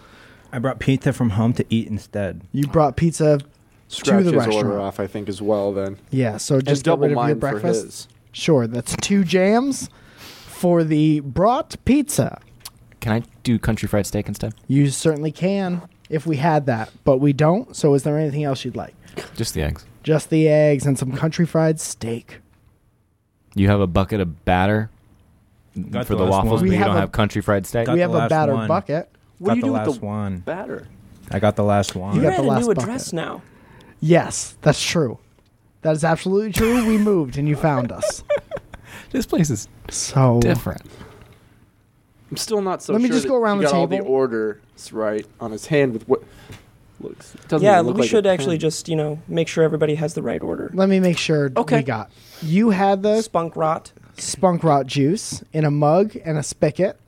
E: I brought pizza from home to eat instead.
C: You brought pizza
B: Scratch
C: to the
B: his
C: restaurant.
B: order off, I think, as well. Then
C: Yeah, so just
B: and double
C: get rid of your
B: mine for
C: breakfast.
B: his.
C: Sure, that's two jams for the brought pizza.
F: Can I do country fried steak instead?
C: You certainly can if we had that, but we don't. So is there anything else you'd like?
F: Just the eggs.
C: Just the eggs and some country fried steak.
F: You have a bucket of batter
E: Got
F: for
E: the
F: the,
E: last
F: waffles,
E: one.
F: but
C: We
F: you
C: have
F: don't
C: a-
F: have country fried steak.
E: Got
C: we
E: the
C: have a
E: last
C: batter
E: one.
C: bucket.
B: What do you
E: got
B: do
E: the
B: with
E: last
B: the
E: one.
B: batter?
E: I got the last one.
C: You
A: You're
C: got
A: at
C: the
A: a
C: last
A: new
C: bucket.
A: address now.
C: Yes, that's true. That is absolutely true. We moved and you found us.
F: This place is
C: So
F: different.
B: I'm still not so.
C: Let me
B: sure
C: just
B: that
C: go around
B: he
C: the
B: got all the
C: table.
B: orders right on his hand with what looks. Doesn't
A: Yeah,
B: even
A: we
B: look like a
A: should
B: pen.
A: actually just, you know, make sure everybody has the right order.
C: let me make sure
A: Okay.
C: we got. You had the
A: Spunk rot.
C: spunk rot juice in a mug and a spigot.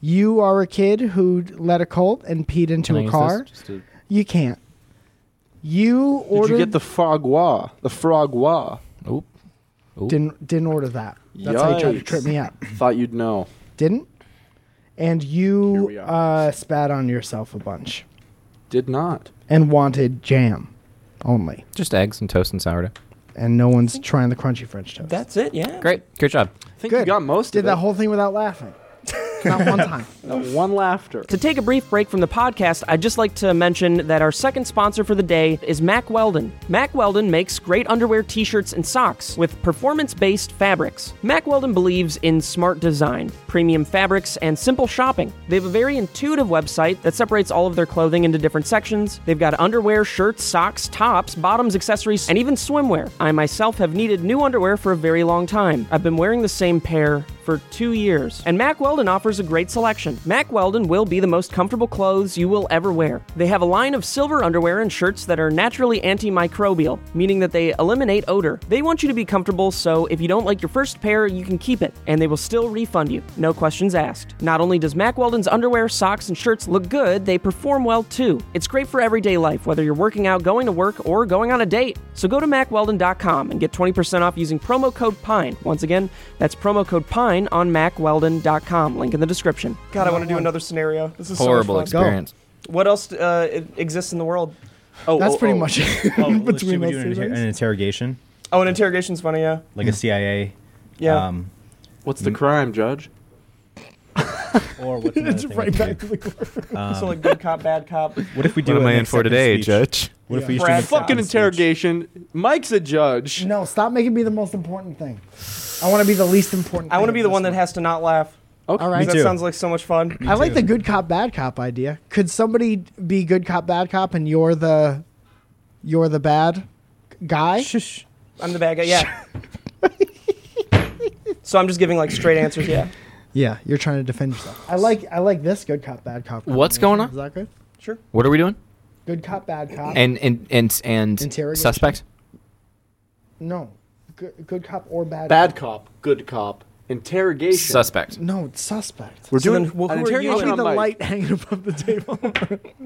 C: You are a kid who led a cult and peed into
F: Can I
C: a
F: use
C: car.
F: this just to-
C: You can't. You
B: Did
C: ordered
B: you get the frog wah? The frog wah.
F: Oop.
C: didn't didn't order that. That's how you tried to
B: Yikes.
C: trip me up.
B: Thought you'd know.
C: Didn't. And
B: Here
C: you
B: we are.
C: uh, spat on yourself a bunch
B: Did not.
C: and wanted jam only.
F: Just eggs and toast and sourdough.
C: And no one's trying the crunchy French toast.
A: That's it, yeah.
F: Great. Good job.
B: I think
C: Good.
B: you got most
C: Did
B: of
C: that
B: it.
C: whole thing
B: [laughs]
C: without laughing. Not one time.
B: That one laughter.
A: To take a brief break from the podcast, I'd just like to mention that our second sponsor for the day is Mack Weldon. Mack Weldon makes great underwear, t shirts, and socks with performance based fabrics. Mack Weldon believes in smart design, premium fabrics, and simple shopping. They have a very intuitive website that separates all of their clothing into different sections. They've got underwear, shirts, socks, tops, bottoms, accessories, and even swimwear. I myself have needed new underwear for a very long time. I've been wearing the same pair for two years. And Mack Weldon offers a great selection. Mack Weldon will be the most comfortable clothes you will ever wear. They have a line of silver underwear and shirts that are naturally antimicrobial, meaning that they eliminate odor. They want you to be comfortable, so if you don't like your first pair, you can keep it, and they will still refund you. No questions asked. Not only does Mack Weldon's underwear, socks, and shirts look good, they perform well too. It's great for everyday life, whether you're working out, going to work, or going on a date. So go to MacWeldon.com and get 20% off using promo code PINE. Once again, that's promo code PINE on MacWeldon.com. Link in the description. God, I want to do another scenario. This is
F: Horrible experience.
A: What else uh, exists in the world?
B: Oh,
C: That's
B: oh,
C: pretty
B: oh.
C: much it.
E: Oh, [laughs]
C: [laughs] Between
E: should we
C: those
E: do
C: two
E: an, inter-
C: things.
E: an interrogation,
A: Oh, an interrogation's funny, yeah.
E: like a CIA? Um,
B: What's the crime, Judge?
E: [laughs] or [laughs]
B: Uh,
E: what's another
C: It's
E: thing we
C: right
E: could
C: back
E: do?
C: to the court.
A: so,
E: um,
A: like, good cop, bad cop.
E: What if we do
F: what am
E: an
F: I in for
E: acceptance
F: today,
E: speech?
F: Judge?
E: What if
A: Yeah.
E: we used to
A: Brad,
E: an
B: Fucking
E: acceptance speech?
B: interrogation. Mike's a judge.
C: No, stop making me the most important thing. I want to be the least important.
A: I want to
C: thing
A: be
C: of
A: the
C: this
A: one that has to not laugh.
B: Okay.
C: All
E: Me
C: right.
A: That
E: too.
A: sounds like so much fun.
C: I like the good cop bad cop idea. Could somebody be good cop bad cop and you're the you're the bad guy?
E: Shush.
A: I'm the bad guy. Yeah. so I'm just giving like straight answers. Yeah.
C: Yeah, you're trying to defend yourself. I like I like this good cop bad cop.
F: What's
C: combination.
F: going on?
C: Is that good?
A: Sure.
F: What are we doing?
C: Good cop bad cop.
F: And and and and
C: Interrogation.
F: suspect.
C: no, good, good cop or bad.
B: Bad cop, good cop, interrogation.
F: Suspect.
C: No, it's suspect.
B: We're
A: So
B: doing
A: then who-
B: an
A: who are you
C: I'll
B: interrogation
C: be
B: on
C: the
B: Mike.
C: light hanging above the table.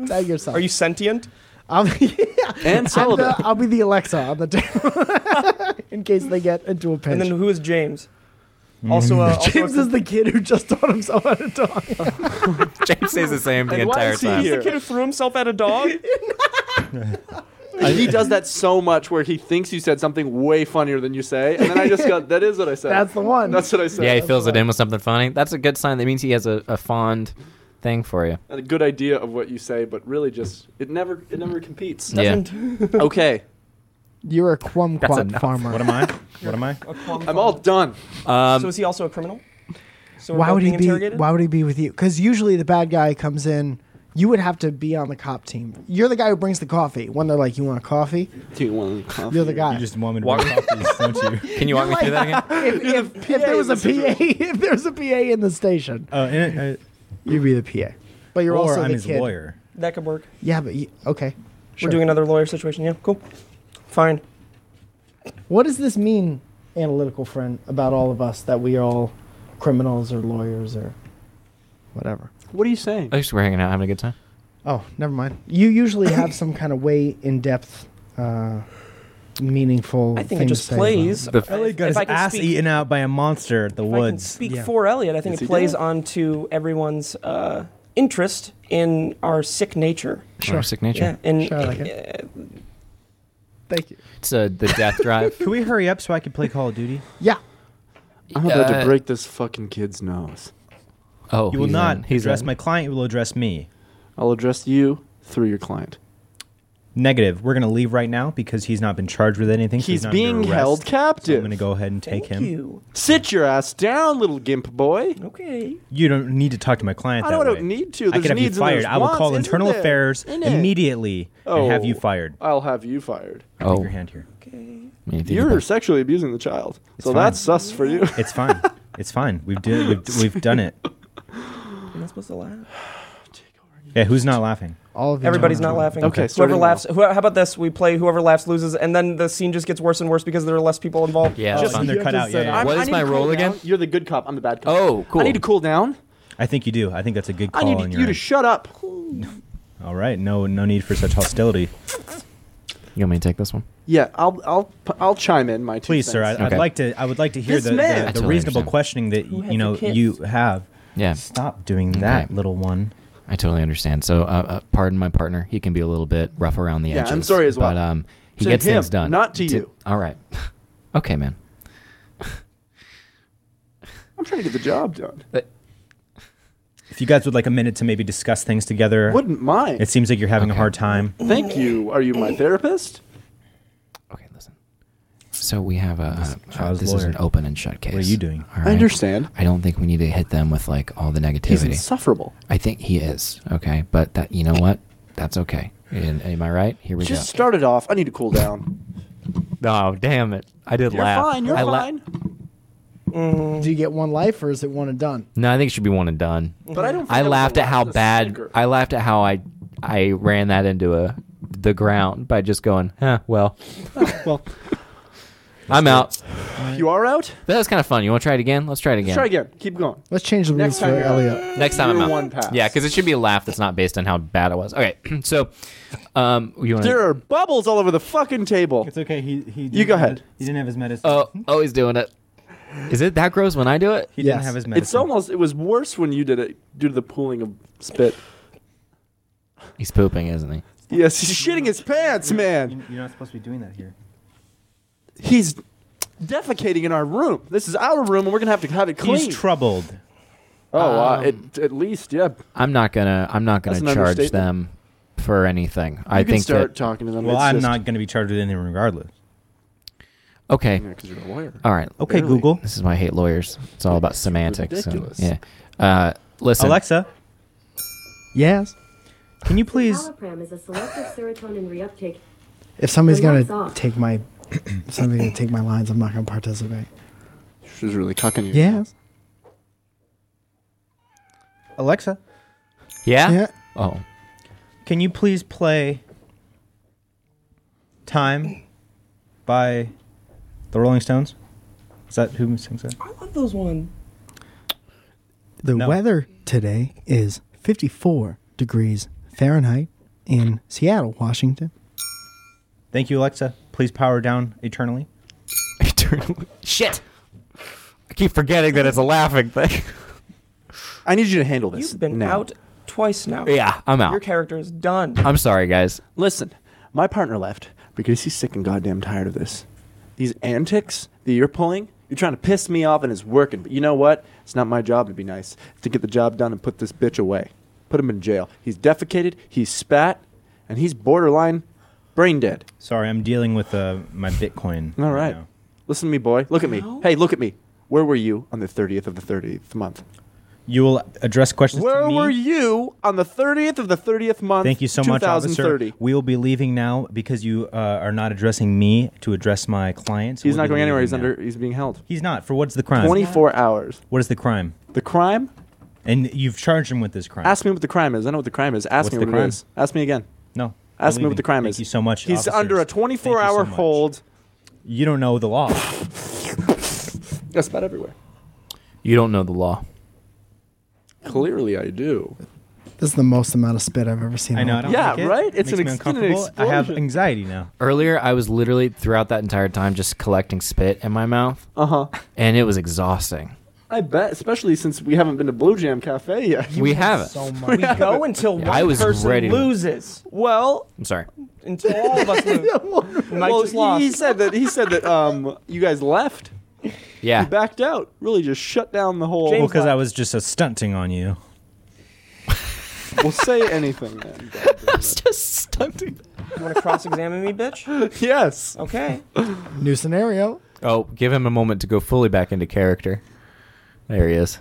C: Tag yourself.
A: Are you sentient?
C: I'll be, [laughs]
B: and
C: I'm
B: Sullivan.
C: the, I'll be the Alexa on the table [laughs] in case they get into a pinch.
A: And then who is James? Also, uh, also
C: James is the kid who just taught himself how to talk.
F: [laughs] James says the same the
B: And why
F: entire
B: is he
F: time.
A: the kid who threw himself at a
C: [laughs]
A: dog.
B: he does that so much where he thinks you said something way funnier than you say, and then I just got that is what I said.
C: That's the
B: [laughs]
C: one.
B: That's what I said.
F: Yeah, he fills it in with something funny. That's a good sign. That means he has a, a fond thing for you.
B: a good idea of what you say, but really just it never it never competes. [laughs]
F: Yeah.
B: Okay,
C: You're a quumquat
F: enough.
C: farmer.
E: What am [laughs] I? What am I?
B: I'm all done.
F: Um,
A: so is he also a criminal? So we're
C: why
A: both
C: would he
A: being
C: be?
A: interrogated?
C: Why would he be with you? Because usually the bad guy comes in. You would have to be on the cop team. You're the guy who brings the coffee. When they're like, "You want a coffee?"
B: Do you want coffee?
C: You're the guy.
E: You just want me to
F: Walk-
E: walk off these, don't you?
F: Can you walk me through that again?
A: [laughs]
C: [laughs] if, if, if there was a PA, if there was a [laughs] PA in the station,
E: [laughs] Uh, and, uh,
C: you'd be the PA. But you're
E: or
C: also
E: I'm
C: the
E: his
C: kid.
E: lawyer.
A: That could work.
C: Yeah, but you, okay. Sure.
A: We're doing another lawyer situation. Yeah. Cool. Fine.
C: What does this mean, analytical friend, about all of us that we are all criminals or lawyers or whatever?
B: What are you saying?
F: At least we're hanging out, having a good time.
C: [coughs] Oh, never mind. You usually have some kind of way in depth uh, meaningful.
A: I think
C: thing
A: it
C: to
A: just
C: say about it.
A: plays.
F: The-
E: Elliot got
A: If
E: his
A: I can
E: ass
A: speak-
E: eaten out by a monster at the
A: if I can
E: woods.
A: speak
C: Yeah.
A: for Elliot. I think
B: Yes,
A: it
B: he
A: plays
B: did.
A: onto everyone's uh, interest in our sick nature.
F: Sure. Sick nature.
A: Yeah, and
C: Sure, I like
A: uh,
C: Thank you.
F: It's uh, the [laughs] death drive.
E: Can we hurry up so I can play Call of Duty?
C: Yeah.
B: I'm about
F: Uh,
B: to break this fucking kid's nose.
F: Oh,
E: You will
F: he's
E: not
F: in. He's
E: address
F: in.
E: my client. You will address me.
B: I'll address you through your client.
E: Negative. We're gonna leave right now because he's not been charged with anything. so
B: He's
E: not
B: being
E: under arrest.
B: held
E: So
B: captive.
E: I'm gonna go ahead and
A: thank
E: take him. You.
A: you.
B: Sit your ass down, little gimp boy.
A: Okay.
E: don't need to talk to my client.
B: I
E: that
B: don't, I
E: way.
B: don't need to. There's
E: I could have you
B: needs and
E: fired.
B: there's
E: I will call
B: wants, isn't
E: internal
B: there?
E: affairs
B: Isn't it?
E: immediately
B: Oh.
E: and have you fired.
B: I'll have you fired.
E: Take
F: Oh,
E: your hand here.
F: I mean, think
B: You're
F: about-
B: sexually abusing the child,
E: It's
B: so
E: fine.
B: that's sus for you.
E: It's fine. it's fine. We've done.
B: [laughs]
E: We've, we've done it.
A: Am I supposed to laugh?
E: Yeah. Who's not laughing?
C: All of you
A: Everybody's
C: know.
A: not laughing.
B: Okay,
A: Whoever
B: starting
A: laughs. Who, how about this? We play whoever laughs loses, and then the scene just gets worse and worse because there are less people involved.
F: Yeah.
E: Oh,
F: that's
E: it's on
F: fine.
E: their
C: you
E: cutout.
C: just
E: Yeah,
C: said
E: yeah.
F: What is
B: need
F: my
B: to cool
F: role again?
B: down. You're the good cop. I'm the bad cop.
F: Oh, cool.
B: I need to cool down.
E: I think you do. I think that's a good call
B: I
E: on
B: need
E: your
B: you to
E: end.
B: shut up.
E: All right. No. No need for such hostility.
F: You want me to take this one?
B: Yeah, I'll I'll I'll chime in my two
E: Please, sir. I,
B: cents.
E: I'd
F: Okay.
E: like to. I would like to hear
B: This
E: the, the,
B: man- I
E: the
F: totally
E: reasonable
F: understand.
E: questioning that
A: Who have
E: you know
A: you kissed?
E: you have.
F: Yeah.
E: Stop doing that,
F: Okay.
E: little one.
F: I totally understand. So, uh, uh, pardon my partner. He can be a little bit rough around the
B: Yeah,
F: edges.
B: I'm sorry as well.
F: But um, he
B: To
F: gets
B: him,
F: things done.
B: not to
F: D-
B: you.
F: All right. [laughs] okay, man.
B: I'm trying to get the job done.
E: If you guys would like a minute to maybe discuss things together,
B: Wouldn't mind.
E: it seems like you're having a
F: Okay.
E: hard time.
B: Thank you. Are you my therapist?
F: Okay, listen. So we have a. uh, uh,
E: Child's
F: this is an
E: lawyer.
F: open and shut case.
E: What are you doing?
F: All right?
B: I understand.
F: I don't think we need to hit them with like all the
B: He's
F: negativity.
B: insufferable.
F: I think he is okay, but that you know what? That's okay. And, am I right? Here we
B: Just
F: go.
B: start it off. I need to cool down.
F: Oh damn it! I did
B: You're fine. You're fine.
C: Do you get one life or is it one and done?
F: No, I think it should be one and done.
B: But I don't. think
F: I
B: was
F: laughed
B: allowed
F: at how
B: to
F: bad
B: snicker.
F: I laughed at how I I ran that into a the ground by just going, huh,
B: [laughs]
F: well.
E: Well,
F: [laughs] I'm out.
B: You are out.
F: That was kind of fun. You want to try it again? Let's try it again.
B: Try again. Keep going.
C: Let's change the
B: Next
C: rules for
B: time you're out.
C: Elliot.
F: Next time
B: You're
F: I'm out.
B: one pass.
F: Yeah, because it should be a laugh that's not based on how bad it was. Okay, [clears throat] so um, you want
B: There
F: to?
B: are bubbles all over the fucking table.
E: it's okay. He he.
B: You go ahead.
E: He didn't have his medicine.
B: Uh,
E: Hmm?
F: Oh, oh, he's doing it. Is it that gross when I do it?
E: he
C: Yes.
E: didn't have his medicine.
B: It's almost. It was worse when you did it due to the pooling of spit.
F: He's pooping, isn't he?
B: Yes, he's shitting his pants, man.
E: You- You're not supposed to be doing that here.
B: He's defecating in our room. This is our room, and we're gonna have to have it clean.
E: He's troubled.
B: oh, uh, it, at least, yeah.
F: I'm not gonna. I'm not
B: That's
F: gonna
B: an
F: charge them
B: understatement.
F: for anything. I
B: you can
F: think
B: start
F: that.
B: talking to them.
E: Well,
B: It's
E: I'm
B: just-
E: not going to be charged with anything regardless.
F: Okay.
B: Yeah, 'cause you're a lawyer.
F: All right.
E: Okay,
B: Barely.
E: Google.
F: This is why I hate lawyers. It's all about semantics. and-
B: ridiculous.
F: yeah. Uh, listen.
E: [laughs] Alexa,
C: Yes.
E: can you please?
G: Allopurinol is a selective serotonin reuptake.
C: If somebody's
G: The
C: gonna
G: lights off.
C: take my, if somebody's gonna take my lines, I'm not gonna participate.
B: She's really cucking you.
C: Yes.
E: Alexa,
F: Yeah.
C: Yeah.
F: Oh. [laughs]
E: can you please play "Time" by the Rolling Stones? Is that who sings that?
A: I love those ones.
C: The
E: No.
C: weather today is 54 degrees Fahrenheit in Seattle, Washington.
E: Thank you, Alexa. Please power down eternally.
F: Eternally. Shit. I keep forgetting that it's a laughing thing. [laughs]
B: I need you to handle this.
A: You've been
B: now.
A: out twice now.
F: yeah, I'm out.
A: Your character is done.
F: I'm sorry, guys.
B: Listen, my partner left because he's sick and goddamn tired of this. These antics that you're pulling, you're trying to piss me off and it's working. But you know what? It's not my job to be nice. It's to get the job done and put this bitch away. Put him in jail. He's defecated, he's spat, and he's borderline brain dead.
E: Sorry, I'm dealing with uh, my Bitcoin.
B: All right.
E: now.
B: Listen to me, boy. Look at me.
A: Ow.
B: Hey, look at me. Where were you on the 30th of the 30th month?
E: You will address questions.
B: Where
E: to me.
B: were you on the 30th of the 30th month?
E: Thank you so much, officer.
B: 2030.
E: We will be leaving now because you uh, are not addressing me to address my clients.
B: He's
E: We'll
B: not
E: be
B: going anywhere.
E: leaving
B: He's
E: now.
B: under. He's being held.
E: He's not. For what's the crime?
B: 24 hours.
E: What is the crime?
B: The crime?
E: And you've charged him with this crime.
B: Ask me what the crime is. I know what the crime is. Ask
E: What's
B: me
E: the
B: what
E: crime?
B: it is. Ask me again.
E: No.
B: Ask me
E: We're
B: what the
E: leaving.
B: crime
E: Thank
B: is.
E: you so much.
B: He's
E: officers.
B: under a
E: Thank you
B: 24 hour
E: so much.
B: hold.
E: You don't know the law.
B: That's about everywhere.
F: You don't know the law.
B: Clearly, I do.
C: This is the most amount of spit I've ever seen.
E: I know. I don't
B: Yeah,
E: like it.
B: right?
E: It
B: It's
E: makes me
B: an ex- it's an
E: uncomfortable. I have
B: explosion.
E: anxiety now.
F: Earlier, I was literally throughout that entire time just collecting spit in my mouth,
B: Uh
A: Uh-huh.
B: huh.
F: and it was exhausting.
B: I bet, especially since we haven't been to Blue Jam Cafe yet. [laughs]
F: we have it.
C: So much.
A: We go until one
F: I was
A: person
F: ready to-
A: loses. Well,
F: I'm sorry.
A: until all of us lose. Mike
B: well,
A: just
B: he-
A: lost.
B: he said that he said that um, you guys left.
F: Yeah.
B: He backed out. Really, just shut down the whole.
A: James-
E: Because I was just a stunting on you.
B: [laughs] We'll say anything. Then.
F: just stunting.
A: You want to cross-examine me, bitch?
B: yes.
A: Okay.
C: New scenario.
F: Oh, give him a moment to go fully back into character. There he is.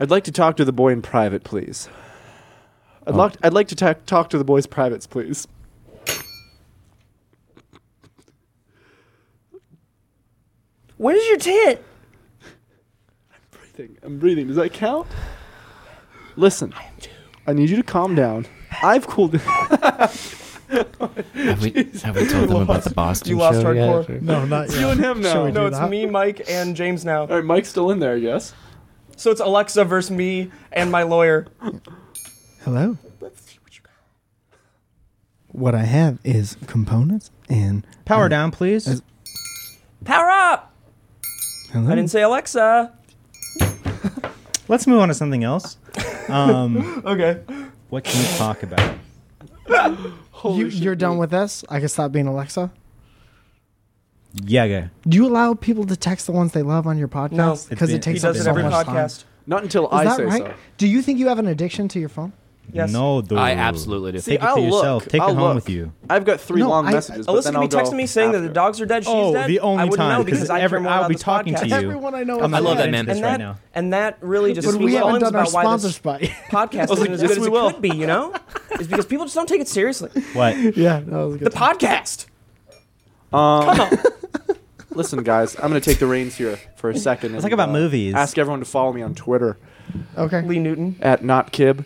B: I'd like to talk to the boy in private, please.
E: Oh.
B: I'd like I'd like to ta- talk to the boy's privates, please.
A: Where's your tit?
B: breathing. I'm breathing. Does that count? Listen, I, need you to calm down. I've [laughs] cooled.
F: Have we, have we told them about the
A: [laughs]
F: Boston
A: You lost
F: show yet?
A: hardcore.
C: No, not
B: you and him now.
C: we
B: No.
A: No,
C: do
A: it's
C: that?
A: me, Mike, and James now.
B: All right, Mike's still in there, I guess.
A: So it's Alexa versus me and my lawyer.
C: Hello. What I have is components and
E: Power down, please.
C: As-
A: Power up!
C: hello.
A: I didn't say Alexa.
E: Let's move on to something else. Um, [laughs]
A: Okay.
E: what can you talk about?
C: you, you're done with this. I can stop being Alexa.
E: Yeah, yeah.
C: Do you allow people to text the ones they love on your
A: No.
C: podcast?
A: It's
C: Because
E: been-
C: it takes
A: He does
C: up
A: it
C: so
A: every
C: much time.
A: podcast.
B: Not until
C: Is
B: I
C: that
B: say
C: right?
B: so.
C: Do you think you have an addiction to your phone?
A: Yes.
E: No, dude.
F: I absolutely do.
B: See,
E: Take it to
B: I'll
E: yourself.
B: look.
E: Take it
B: I'll
E: home
B: look.
E: with you.
B: I've got three
C: No,
B: long
C: I-
B: messages. but
A: Alyssa
B: then
A: can be
B: I'll go
A: texting me saying that the
B: after.
A: dogs are dead. She's
E: oh,
A: dead.
E: the only
A: I wouldn't
E: time
A: know because I
E: every,
A: care more about
E: I'll be
A: this
E: talking to
A: podcast.
E: you.
C: Everyone Um, I know
E: I'm
C: is
E: not
F: love that
E: getting
F: man.
E: into
A: And
E: this
A: that,
E: right now.
A: and that really just
C: But
A: speaks
C: we haven't
A: volumes
C: done our
A: about why
C: sponsor
E: [laughs]
A: this
C: spot.
A: podcast
B: was
A: isn't
B: like,
A: as
B: yes,
A: good as
B: we
A: it
B: will.
A: could be, you know? It's because people just don't take it seriously.
B: [laughs]
E: What?
C: yeah, that was a good.
A: The podcast.
B: Um,
A: Come on.
B: listen, guys, I'm going to take the reins here for a second. Let's
E: talk about movies.
B: Ask everyone to follow me on Twitter
C: okay.
A: Lee Newton.
B: at notkib.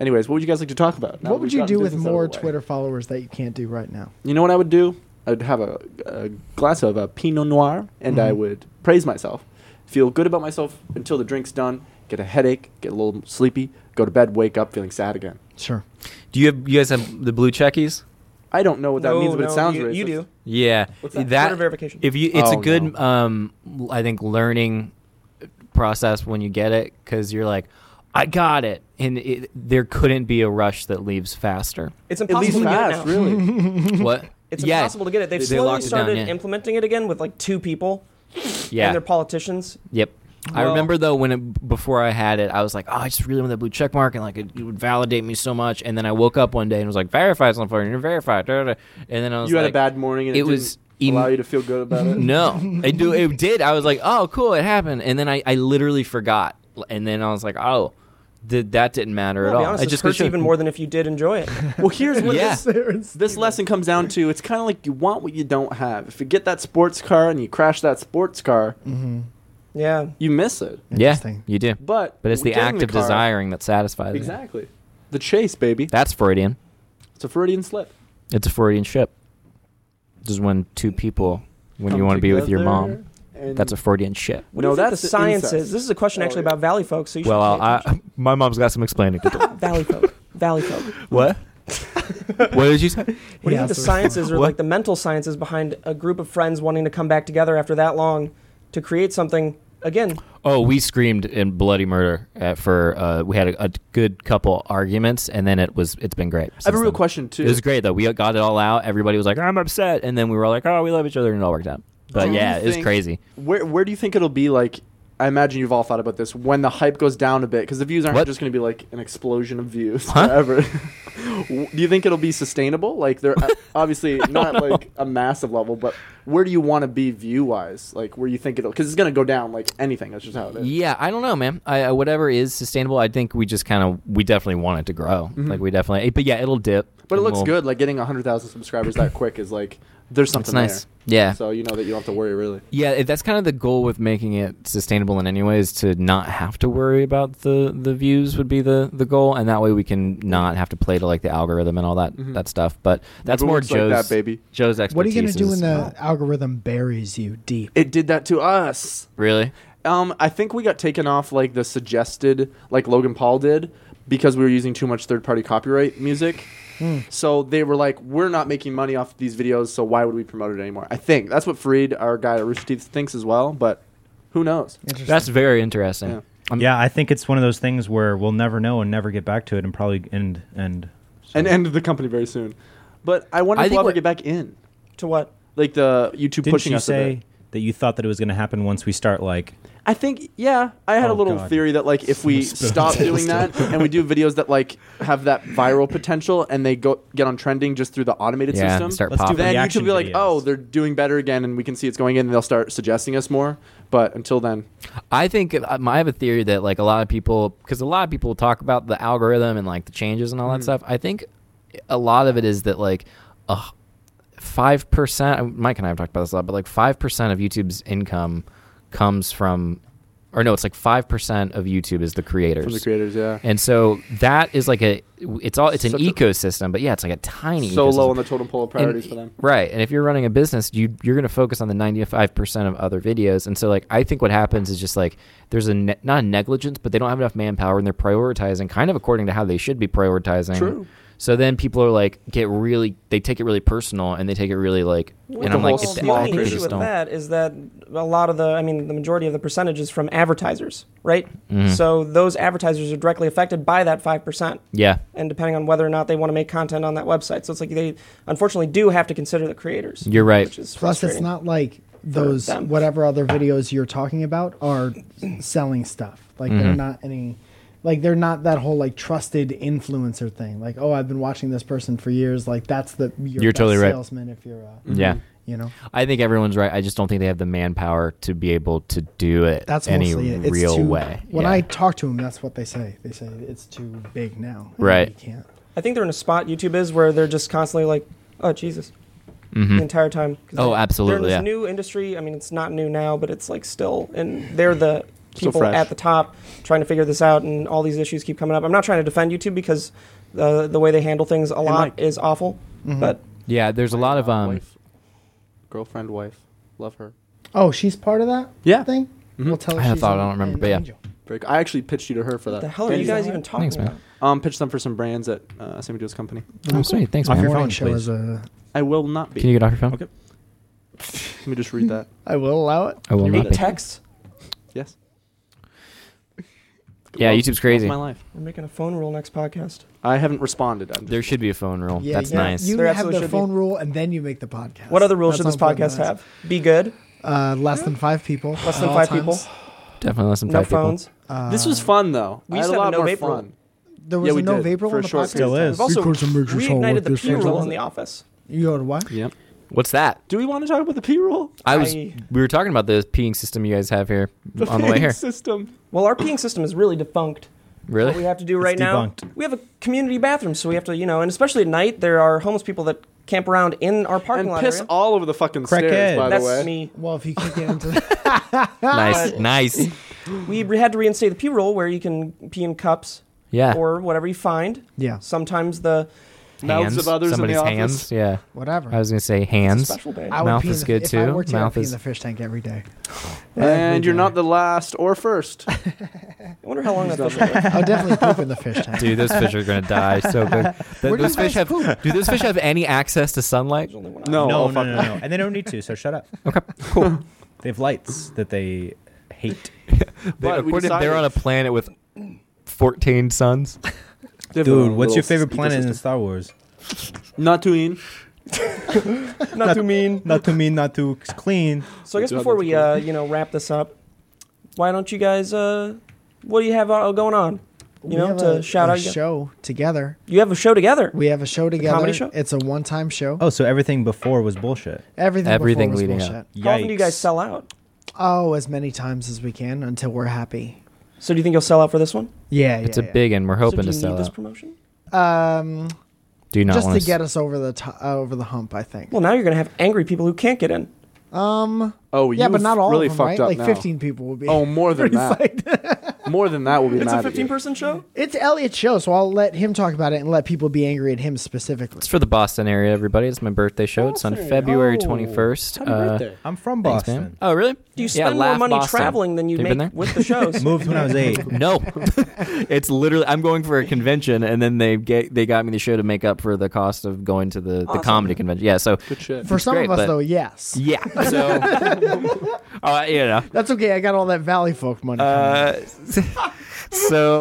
B: Anyways, what would you guys like to talk about? now that
C: what would
B: we've
C: you
B: gotten
C: do with
B: business out of
C: more
B: the way?
C: Twitter followers that you can't do right now?
B: You know what I would do? I'd have a, a glass of a Pinot Noir and I
F: Mm-hmm.
B: would praise myself, feel good about myself until the drink's done, get a headache, get a little sleepy, go to bed, wake up feeling sad again.
C: Sure.
F: Do you have you guys have the blue checkies?
B: I don't know what that
A: No,
B: means, but
A: no,
B: it sounds
A: you,
B: racist.
A: you do.
F: Yeah.
A: that? Voter verification.
F: If you, it's
B: Oh,
F: a good,
B: no.
F: um, I think, learning process when you get it because you're like, I got it, and it, there couldn't be a rush that leaves faster.
A: It's
B: At least
A: impossible to get it now.
B: fast,
F: [laughs]
B: really.
F: what?
A: [laughs] It's
F: Yeah,
A: impossible to get it. They've
F: they
A: slowly
F: locked it down,
A: started
F: yeah.
A: implementing it again with like two people
F: Yeah.
A: and their politicians.
F: Yep. I
A: Well-
F: remember though when it, before I had it, I was like, "Oh, I just really want that blue check mark," and like it, it would validate me so much. And then I woke up one day and was like, "Verify something, and you're verified." da, da, da. And then I was
B: You had a
F: like-
B: bad morning and it,
F: it was
B: didn't
F: em-
B: allow you to feel good about it.
F: No, I do. It did. I was like, "Oh, cool, it happened." And then I, I literally forgot. And then I was like, "Oh, did that didn't matter
A: I'll
F: at all."
A: be honest,
F: I
A: this
F: just
A: hurts even more than if you did enjoy
F: [laughs]
A: it.
B: Well,
C: [laughs]
B: here's what
F: Yeah.
B: this, this lesson comes down to. It's kind of like you want what you don't have. If you get that sports car and you crash that sports car,
A: Yeah.
B: you miss it.
F: Yeah,
C: Mm-hmm. Interesting.
F: you do.
B: But
F: But it's the
B: getting
F: act of
B: car-
F: desiring that satisfies. it.
B: Exactly. The chase, baby.
F: That's Freudian.
B: It's a Freudian slip.
F: It's a Freudian ship. This is when two people, when you
B: Come
F: want to be with your
B: together
F: mom,
B: and-
F: that's a Freudian ship.
A: What do
B: No,
A: you think
B: that's
A: the science
B: incest.
A: is? This is a question
B: Oh,
A: actually
B: yeah.
A: about Valley folks. So you should
F: Well,
A: pay attention.
F: I, [laughs] my mom's got some
A: [laughs]
F: explaining to [laughs] do.
A: Valley folk. Valley folk. [laughs]
F: what? what did you say?
A: What do you
C: Yeah,
A: think the
C: so-
A: sciences or
F: What?
A: like the mental sciences behind a group of friends wanting to come back together after that long to create something again?
F: Oh, we screamed in bloody murder at, for. Uh, we had a, a good couple arguments, and then it was. It's been great.
B: I have a
F: since
B: real
F: then.
B: question too.
F: It was great though. We got it all out. Everybody was like, "I'm upset," and then we were all like, "Oh, we love each other," and it all worked out. But
B: Do you
F: yeah, it was
B: think-
F: crazy.
B: Where where do you think it'll be like? I imagine you've all thought about this when the hype goes down a bit because the views aren't
F: What?
B: just going to be like an explosion of views
F: Huh?
B: forever. [laughs] do you think it'll be sustainable? Like they're
F: [laughs]
B: uh, obviously not like a massive level, but where do you want to be view wise? Like where you think it'll because it's going to go down like anything. That's just how it is.
F: Yeah, I don't know, man. I, I whatever is sustainable, I think we just kind of we definitely want it to grow. Like we definitely, but yeah, it'll dip.
B: Mm-hmm. But it
F: and
B: looks
F: we'll-
B: good. Like getting hundred thousand subscribers that quick is like there's
F: It's
B: something
F: nice.
B: there.
F: Yeah,
B: So you know that you don't have to worry really.
F: yeah. it- That's kind of the goal with making it sustainable in any way is to not have to worry about the the views would be the the goal, and that way we can not have to play to like the algorithm and all that that stuff. But that's
B: Everyone
F: more
B: looks like
F: Joe's
B: that, baby.
F: Mm-hmm. Joe's expertise.
C: What are you going to do
F: is-
C: when the algorithm buries you deep?
B: It did that to us.
F: really?
B: Um, I think we got taken off like the suggested, like Logan Paul did, because we were using too much third party copyright music. So they were like, we're not making money off these videos, so why would we promote it anymore? I think that's what Freed, our guy at Rooster Teeth, thinks as well, but who knows?
F: That's very interesting.
B: Yeah.
F: I'm-
E: Yeah, I think it's one of those things where we'll never know and never get back to it, and probably end end.
B: And end the company very soon. But I wonder
F: I
B: if
F: think
B: we'll ever
F: what-
B: get back in.
A: To what?
B: Like the YouTube
E: Didn't
B: pushing
E: you
B: us a
E: say
B: bit.
E: that you thought that it was going to happen once we start like
B: I think yeah. I had a
E: Oh,
B: little
E: God.
B: theory that like [laughs] if we
E: Spit
B: stop
E: taste.
B: doing that and we do videos that like have that viral potential and they go get on trending just through the automated
F: Yeah,
B: system,
F: start
E: Let's do
F: popping.
B: then YouTube
E: reaction
B: will be like,
E: videos.
B: oh, they're doing better again, and we can see it's going in, and they'll start suggesting us more. But until then,
F: I think um, I have a theory that like a lot of people, because a lot of people talk about the algorithm and like the changes and all
B: Mm.
F: that stuff. I think a lot of it is that like five percent. Mike and I have talked about this a lot, but like five percent of YouTube's income comes from, or no, it's like five percent of YouTube is the creators.
B: from the creators, yeah,
F: And so that is like a it's all it's an
B: Such a-
F: ecosystem, but yeah, it's like a tiny
B: so
F: ecosystem.
B: low on the totem pole of
F: And-
B: priorities for them.
F: Right. And if you're running a business, you you're going to focus on the 95% of other videos. And so like I think what happens is just like there's a ne- not a negligence, but they don't have enough manpower and they're prioritizing kind of according to how they should be prioritizing.
B: True.
F: So then people are like get really they take it really personal and they take it really like and I'm
B: the
F: like
B: whole
F: if the
B: small
F: algorithms
B: only
A: only
B: creators
A: issue with
F: don't-
A: that is that a lot of the, I mean, the majority of the percentage is from advertisers, right?
F: Mm-hmm.
A: So those advertisers are directly affected by that 5%.
F: Yeah.
A: And depending on whether or not they want to make content on that website. So it's like they unfortunately do have to consider the creators.
F: You're right.
A: Which is
C: Plus, it's
A: frustrating.
C: not like those
A: them.
C: whatever other videos you're talking about are selling stuff. Like
F: Mm-hmm.
C: they're not any, like they're not that whole like trusted influencer thing. Like oh, I've been watching this person for years. Like that's the your
F: You're
C: best
F: totally right. Mm-hmm.
C: salesman if you're, uh,
F: Yeah.
B: Mm-hmm.
C: you know,
F: I think everyone's right. I just don't think they have the manpower to be able to do it
C: that's
F: any
C: mostly it. It's
F: real
C: too-
F: way.
C: When
F: Yeah.
C: I talk to them, that's what they say. They say it's too big now. and
F: Right.
C: You can't.
A: I think they're in a spot YouTube is where they're just constantly like, oh Jesus, the entire time. 'Cause
F: Oh,
A: they're-
F: absolutely,
A: They're
F: yeah.
A: in this new industry. I mean, it's not new now, but it's like still, and they're the
B: Still
A: people
B: fresh.
A: at the top trying to figure this out, and all these issues keep coming up. I'm not trying to defend YouTube because the the way they handle things a lot
B: Mike.
A: is awful,
C: Mm-hmm.
A: but
F: yeah, there's a lot of um
B: wife, girlfriend, wife, love her.
C: Oh, she's part of that.
B: Yeah.
C: Thing.
A: Mm-hmm.
C: We'll tell her
F: I
C: she's
F: thought- I
C: an-
F: don't remember,
C: an
F: but yeah.
C: angel.
B: Very cool. I actually pitched you to her for that.
A: the hell are
B: Thank
A: you guys even talking
F: Thanks, man.
A: about?
B: Um, pitched them for some brands at uh, Sammy Joe's company.
F: oh, sweet. Thanks,
E: Off
F: man.
E: your
C: Morning
E: phone,
C: show
E: please.
C: is
F: uh,
C: a-
B: I will not be.
F: Can you get off your phone?
E: Okay.
B: Let me just read that.
C: I will allow it.
F: I will not.
A: Read
F: be.
A: text.
B: Yes.
F: Yeah,
B: Love-
F: YouTube's crazy.
B: love My life.
A: We're making a phone rule next podcast.
B: I haven't responded. I'm just-
F: There should be a phone rule.
C: Yeah,
F: Oh, That's
C: you-
F: nice.
C: You
A: There
C: have
A: absolutely
C: the
A: should be.
C: phone rule, and then you make the podcast.
A: What other rules
C: That's
A: should this
C: how important
A: podcast
C: that is.
A: have? Be good.
C: Uh, less than five people.
A: Less
C: at
A: than
C: all
A: five
C: times. Uh,
A: people.
F: Definitely less than
A: No
F: five people.
A: phones.
B: this was fun though.
A: Uh, we
B: I
A: used
B: had a
A: to have
B: lot
A: a no
B: more
A: vape rule.
B: fun.
C: There was
B: Yeah,
C: a
B: we
C: no
B: did,
C: vape rule
B: for a
C: in the
B: short
C: podcast.
E: Still
A: We've
E: is.
A: also
C: Because it makes you
A: reignited
C: sound like
A: the
C: this
A: P rule
B: person.
A: in the office.
C: You had what?
B: Yep.
F: What's that?
B: Do we want to talk about the P rule?
F: I was.
A: I-
F: we were talking about the peeing system you guys have
C: [laughs]
F: here on the way
B: paying
F: here.
B: System.
A: Well, our peeing system is really defunct. What we
C: Oh,
F: Really?
A: have to do
E: It's
A: right now,
E: debunked.
A: we have a community bathroom, so we have to, you know, and especially at night, there are homeless people that camp around in our parking
B: And
A: lot.
B: piss
A: area.
B: all over the fucking stairs.
E: Crackhead.
B: By
A: That's
B: the way,
A: me.
C: Well, if you can't get into
F: [laughs]
C: that.
F: nice,
C: [laughs]
F: nice.
A: We re- had to reinstate the pee rule where you can pee in cups
F: Yeah.
A: or whatever you find.
C: Yeah.
A: Sometimes the
B: mouths
F: Hands.
B: of others in the
F: Somebody's
B: office.
F: hands. Yeah.
C: Whatever.
F: I was gonna say hands.
A: special day.
C: I would
F: Mouth
C: pee in
F: is
C: the-
F: good
C: if
F: too.
C: I were to, I'd
F: Mouth
C: pee
F: is-
C: in the fish tank
F: [laughs]
C: every day.
B: And you're not the last or first.
A: I wonder how long that fish will live.
C: I'll definitely poop in the fish tank.
F: Dude, those fish are gonna die so quick.
C: [laughs] Where
F: Th-
C: do
F: Those
C: you guys
F: fish have.
C: poop?
F: Do those fish have any access to sunlight?
A: Only one
B: No,
E: no,
B: oh,
E: no,
B: fuck
E: no,
B: that.
E: no, and they don't need to. So shut
B: [laughs]
E: up. Okay, cool. they have lights that they hate.
F: They,
B: But we
F: according,
B: decided-
F: they're on a planet with fourteen suns.
B: They have their
E: Dude,
B: own
E: what's your
B: little
E: favorite planet in
B: ecosystem.
E: Star
B: [laughs]
E: Wars?
B: Not to in.
A: eye. [laughs] Not too mean.
E: Not too mean, not too clean.
A: So I guess
B: Good job,
A: before
B: that's
A: we,
B: cool.
A: uh, you know, wrap this up, why don't you guys? Uh, what do you have uh, going on? You
C: We
A: know,
C: have
A: to
C: a,
A: shout
C: a
A: out.
C: show together.
A: You have a show together.
C: We have a show together.
A: comedy show?
C: It's a one-time show.
E: Oh, so everything before was bullshit.
C: Everything,
F: Everything
C: before was
F: leading up.
C: bullshit.
A: How often do you guys
E: Yikes.
A: sell out?
C: Oh, as many times as we can until we're happy.
A: So do you think you'll sell out for this one?
C: Yeah,
F: It's
C: yeah,
F: a
C: yeah.
F: big, and we're hoping
A: so do you
F: to sell
A: need this
F: out.
A: promotion?
C: Um,
F: Do you not
C: just
F: want
C: to get us over the to- uh, over the hump, I think.
A: Well, now you're going to have angry people who can't get in.
C: Um,
B: Oh,
C: yeah, but
B: you've
C: not all
B: really
C: of them,
B: fucked
C: right?
B: up
C: Like
B: now.
C: [laughs] 15 people would be.
B: Oh, more than that. More than that will be
A: It's
B: mad
A: a
B: at you.
A: 15 person show?
C: It's Elliot's show, so I'll let him talk about it and let people be angry at him specifically.
F: It's for the Boston area, everybody. It's my birthday show. It's on
B: Boston.
F: February
B: Oh,
F: twenty first.
B: Happy birthday.
E: I'm from
F: Thanks,
E: Boston.
F: man. Oh, really?
A: Do you spend more money traveling than you
F: Have you been
A: make
F: there?
A: with the
B: Oh,
A: shows?
E: [laughs] Moved when I
B: [laughs]
E: was eight.
F: No,
A: [laughs]
F: it's literally. I'm going for a convention, and then they get they got me the show to make up for the cost of going to the, the
A: Awesome.
F: comedy convention. Yeah, so
B: Good shit.
C: For some
F: great,
C: of us,
F: but-
C: though, yes.
F: yeah, so
A: [laughs]
F: uh, you know,
C: That's okay. I got all that Valley folk money. coming in.
F: uh, so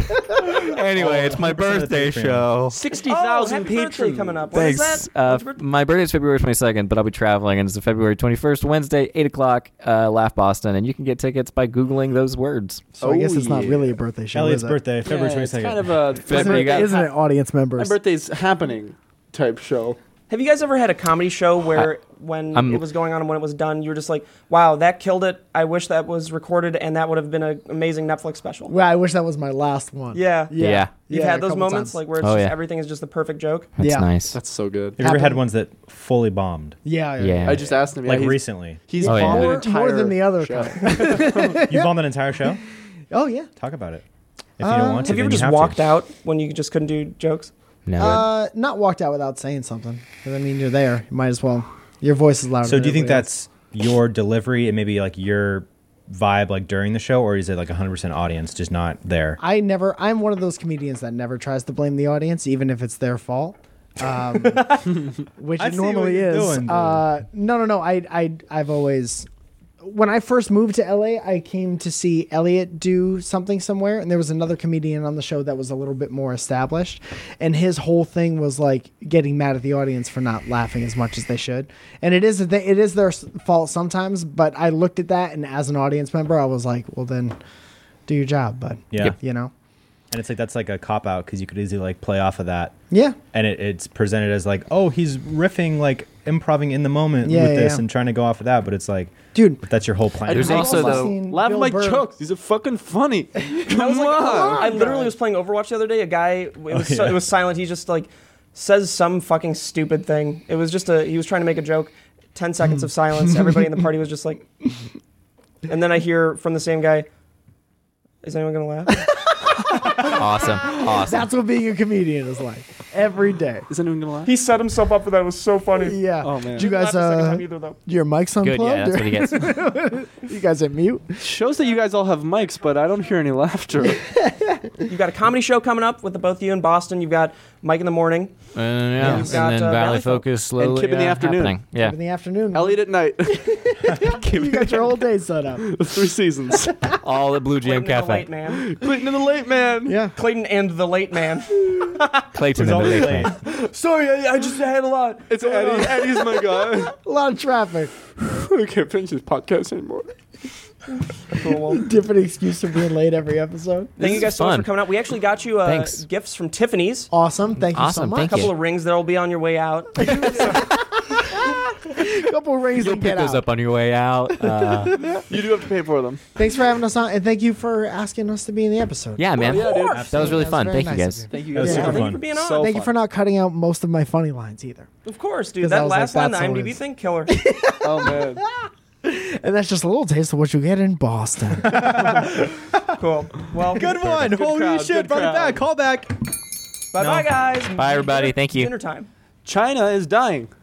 F: anyway, it's my
E: 100% of the
F: birthday
E: Patreon.
F: show.
A: 60,000
H: happy
A: patrons
H: birthday.
A: coming up. What is
F: Thanks.
A: that?
F: Uh,
A: What's your birthday?
F: my birthday is February 22nd, but I'll be traveling, and it's February 21st, Wednesday, 8 o'clock, uh, Laugh Boston. And you can get tickets by Googling those words.
C: so I guess
B: oh,
C: it's not
B: yeah.
C: really a birthday show.
E: Elliot's
C: is it?
E: birthday,
B: Yeah,
E: February 22nd.
B: It's kind of a
C: Isn't
F: February-
B: February.
C: it,
F: got-
C: isn't it audience
B: My
C: members?
B: birthday's happening type show.
A: Have you guys ever had a comedy show where when
F: I'm-
A: it was going on and when it was done, you were just like, wow, that killed it. I wish that was recorded and that would have been an amazing Netflix special.
C: Well, I wish that was my last one.
A: yeah.
F: Yeah.
A: You've
C: Yeah,
A: had
C: a
A: those
C: couple
A: moments
C: times.
A: like where it's
F: Oh,
A: just
F: yeah.
A: everything is just the perfect joke.
F: That's
C: Yeah.
F: nice.
B: That's so good.
E: Have you ever had
C: happened.
E: ones that fully bombed?
C: Yeah.
F: Yeah.
B: I just asked him. yeah,
E: Like
B: he's-
E: recently.
B: He's
F: Oh, yeah.
B: bombed an
F: More-
C: more
B: entire
C: than the other
B: show.
E: You bombed an entire show?
C: Oh yeah.
E: Talk about it. If you don't want to,
A: Um, Have you ever
E: then
A: just
E: have to.
A: walked out when you just couldn't do jokes?
F: No.
C: [laughs] Uh, not walked out without saying something. 'Cause, I mean, you're there. You might as well. Your voice is louder.
E: So
C: than
E: do you think
C: everybody
E: that's your delivery and maybe like your vibe like during the show or is it like 100% audience just not there?
C: else. I never. I'm one of those comedians that never tries to blame the audience, even if it's their fault.
E: [laughs]
C: Um, which
E: I
C: it
E: see what
C: normally
E: you're
C: is.
E: doing, dude.
C: uh, no, no, no. I, I, I've always. When I first moved to LA, I came to see Elliot do something somewhere, and there was another comedian on the show that was a little bit more established, and his whole thing was like getting mad at the audience for not laughing as much as they should. And it is a th- it is their s- fault sometimes, but I looked at that, and as an audience member, I was like, well, then do your job, bud.
E: Yeah. Yep.
C: you know,
E: And it's like that's like a cop out cuz you could easily like play off of that.
C: yeah.
E: And it, it's presented as like, "Oh, he's riffing like improving in the moment
C: Yeah,
E: with
C: yeah,
E: this
C: yeah.
E: and trying to go off of that, but it's like
C: Dude.
E: but that's your whole plan.
F: There's
B: I've
F: also
B: also
F: though-
B: [laughs]
C: seen
B: Laugh
C: Bill
B: like
C: Burr-
B: chokes. These are fucking [laughs] funny. Come
A: I was like,
B: on.
A: I literally was playing Overwatch the other day. A guy, it was, so,
E: yeah.
A: it was silent. He just like says some fucking stupid thing. It was just a, he was trying to make a joke. 10 seconds of silence. Everybody in the party was just like, [laughs] and then I hear from the same guy, is anyone going to laugh?
F: awesome. Awesome.
C: That's what being a comedian is like
B: [laughs]
C: every day.
B: Is anyone gonna laugh?
A: [laughs] He set himself up for that. It was so funny.
C: Yeah.
B: Oh, man.
C: Did you guys, uh, your mic's
F: Good.
C: unplugged?
F: Yeah, that's
C: or-
F: what he gets.
C: [laughs] you guys at mute?
B: shows that you guys all have mics, but I don't hear any laughter.
A: You've got a comedy show coming up with the both of you in Boston. You've got Mike in the morning.
F: [laughs] And, yeah,
A: you've
F: and
A: got,
F: then
A: uh, Valley
F: Valley
A: Folk.
F: Focus slowly
B: Kip in the
F: uh,
B: afternoon.
F: happening. Yeah.
C: In the afternoon.
B: [laughs] Elliot at night.
C: you got your whole day set up.
B: the [laughs] three [laughs] seasons.
F: [laughs] All at Blue Jam
A: Clayton and the
F: Cafe.
A: late man.
B: Clinton and the late man.
C: Yeah.
A: Clayton and the late man.
F: Clayton
E: It's
F: and the
E: always
F: late
E: late.
F: man.
B: Sorry, I, I just had a lot. It's Eddie. Eddie's my guy. [laughs]
C: A lot of traffic.
B: I can't finish this podcast anymore.
A: cool.
C: Different excuse for being late every episode.
A: Thank
F: This
A: you
F: is
A: guys so much
F: fun.
A: for coming out. We actually got you uh,
F: Thanks.
A: gifts from Tiffany's.
C: Awesome. Thank you so
F: Awesome,
C: much.
A: A
F: thank
A: couple
F: Yeah.
A: of rings that'll be on your way out.
C: couple rings
F: You'll
C: and
F: pick
C: get
F: those
C: out.
F: up on your way out. Uh,
B: You do have to pay for them.
C: Thanks for having us on, and thank you for asking us to be in the episode.
F: yeah, man.
B: yeah, dude.
F: That was really
C: That's
F: fun.
C: very
F: Thank
C: nice
F: you
C: of
F: guys.
B: Thank you
E: That was super
B: guys.
A: Thank you
E: fun.
A: for being on.
B: So
C: Thank you for
B: fun.
C: not cutting out most of my funny lines either.
A: Of course,
C: 'Cause
A: dude.
C: I
A: That
C: was like,
A: last line, the
C: that's all it
A: IMDb
C: is.
A: thing,
C: [laughs]
A: killer.
B: Oh man.
C: And that's just a little taste of what you get in Boston.
A: cool. Well,
E: Good one. Holy
B: crowd,
E: shit.
B: good
E: Brought it
B: crowd.
E: back. Call back.
A: Bye, bye,
E: No.
A: guys.
F: Bye, everybody. Thank you.
A: Dinner time.
B: China is dying.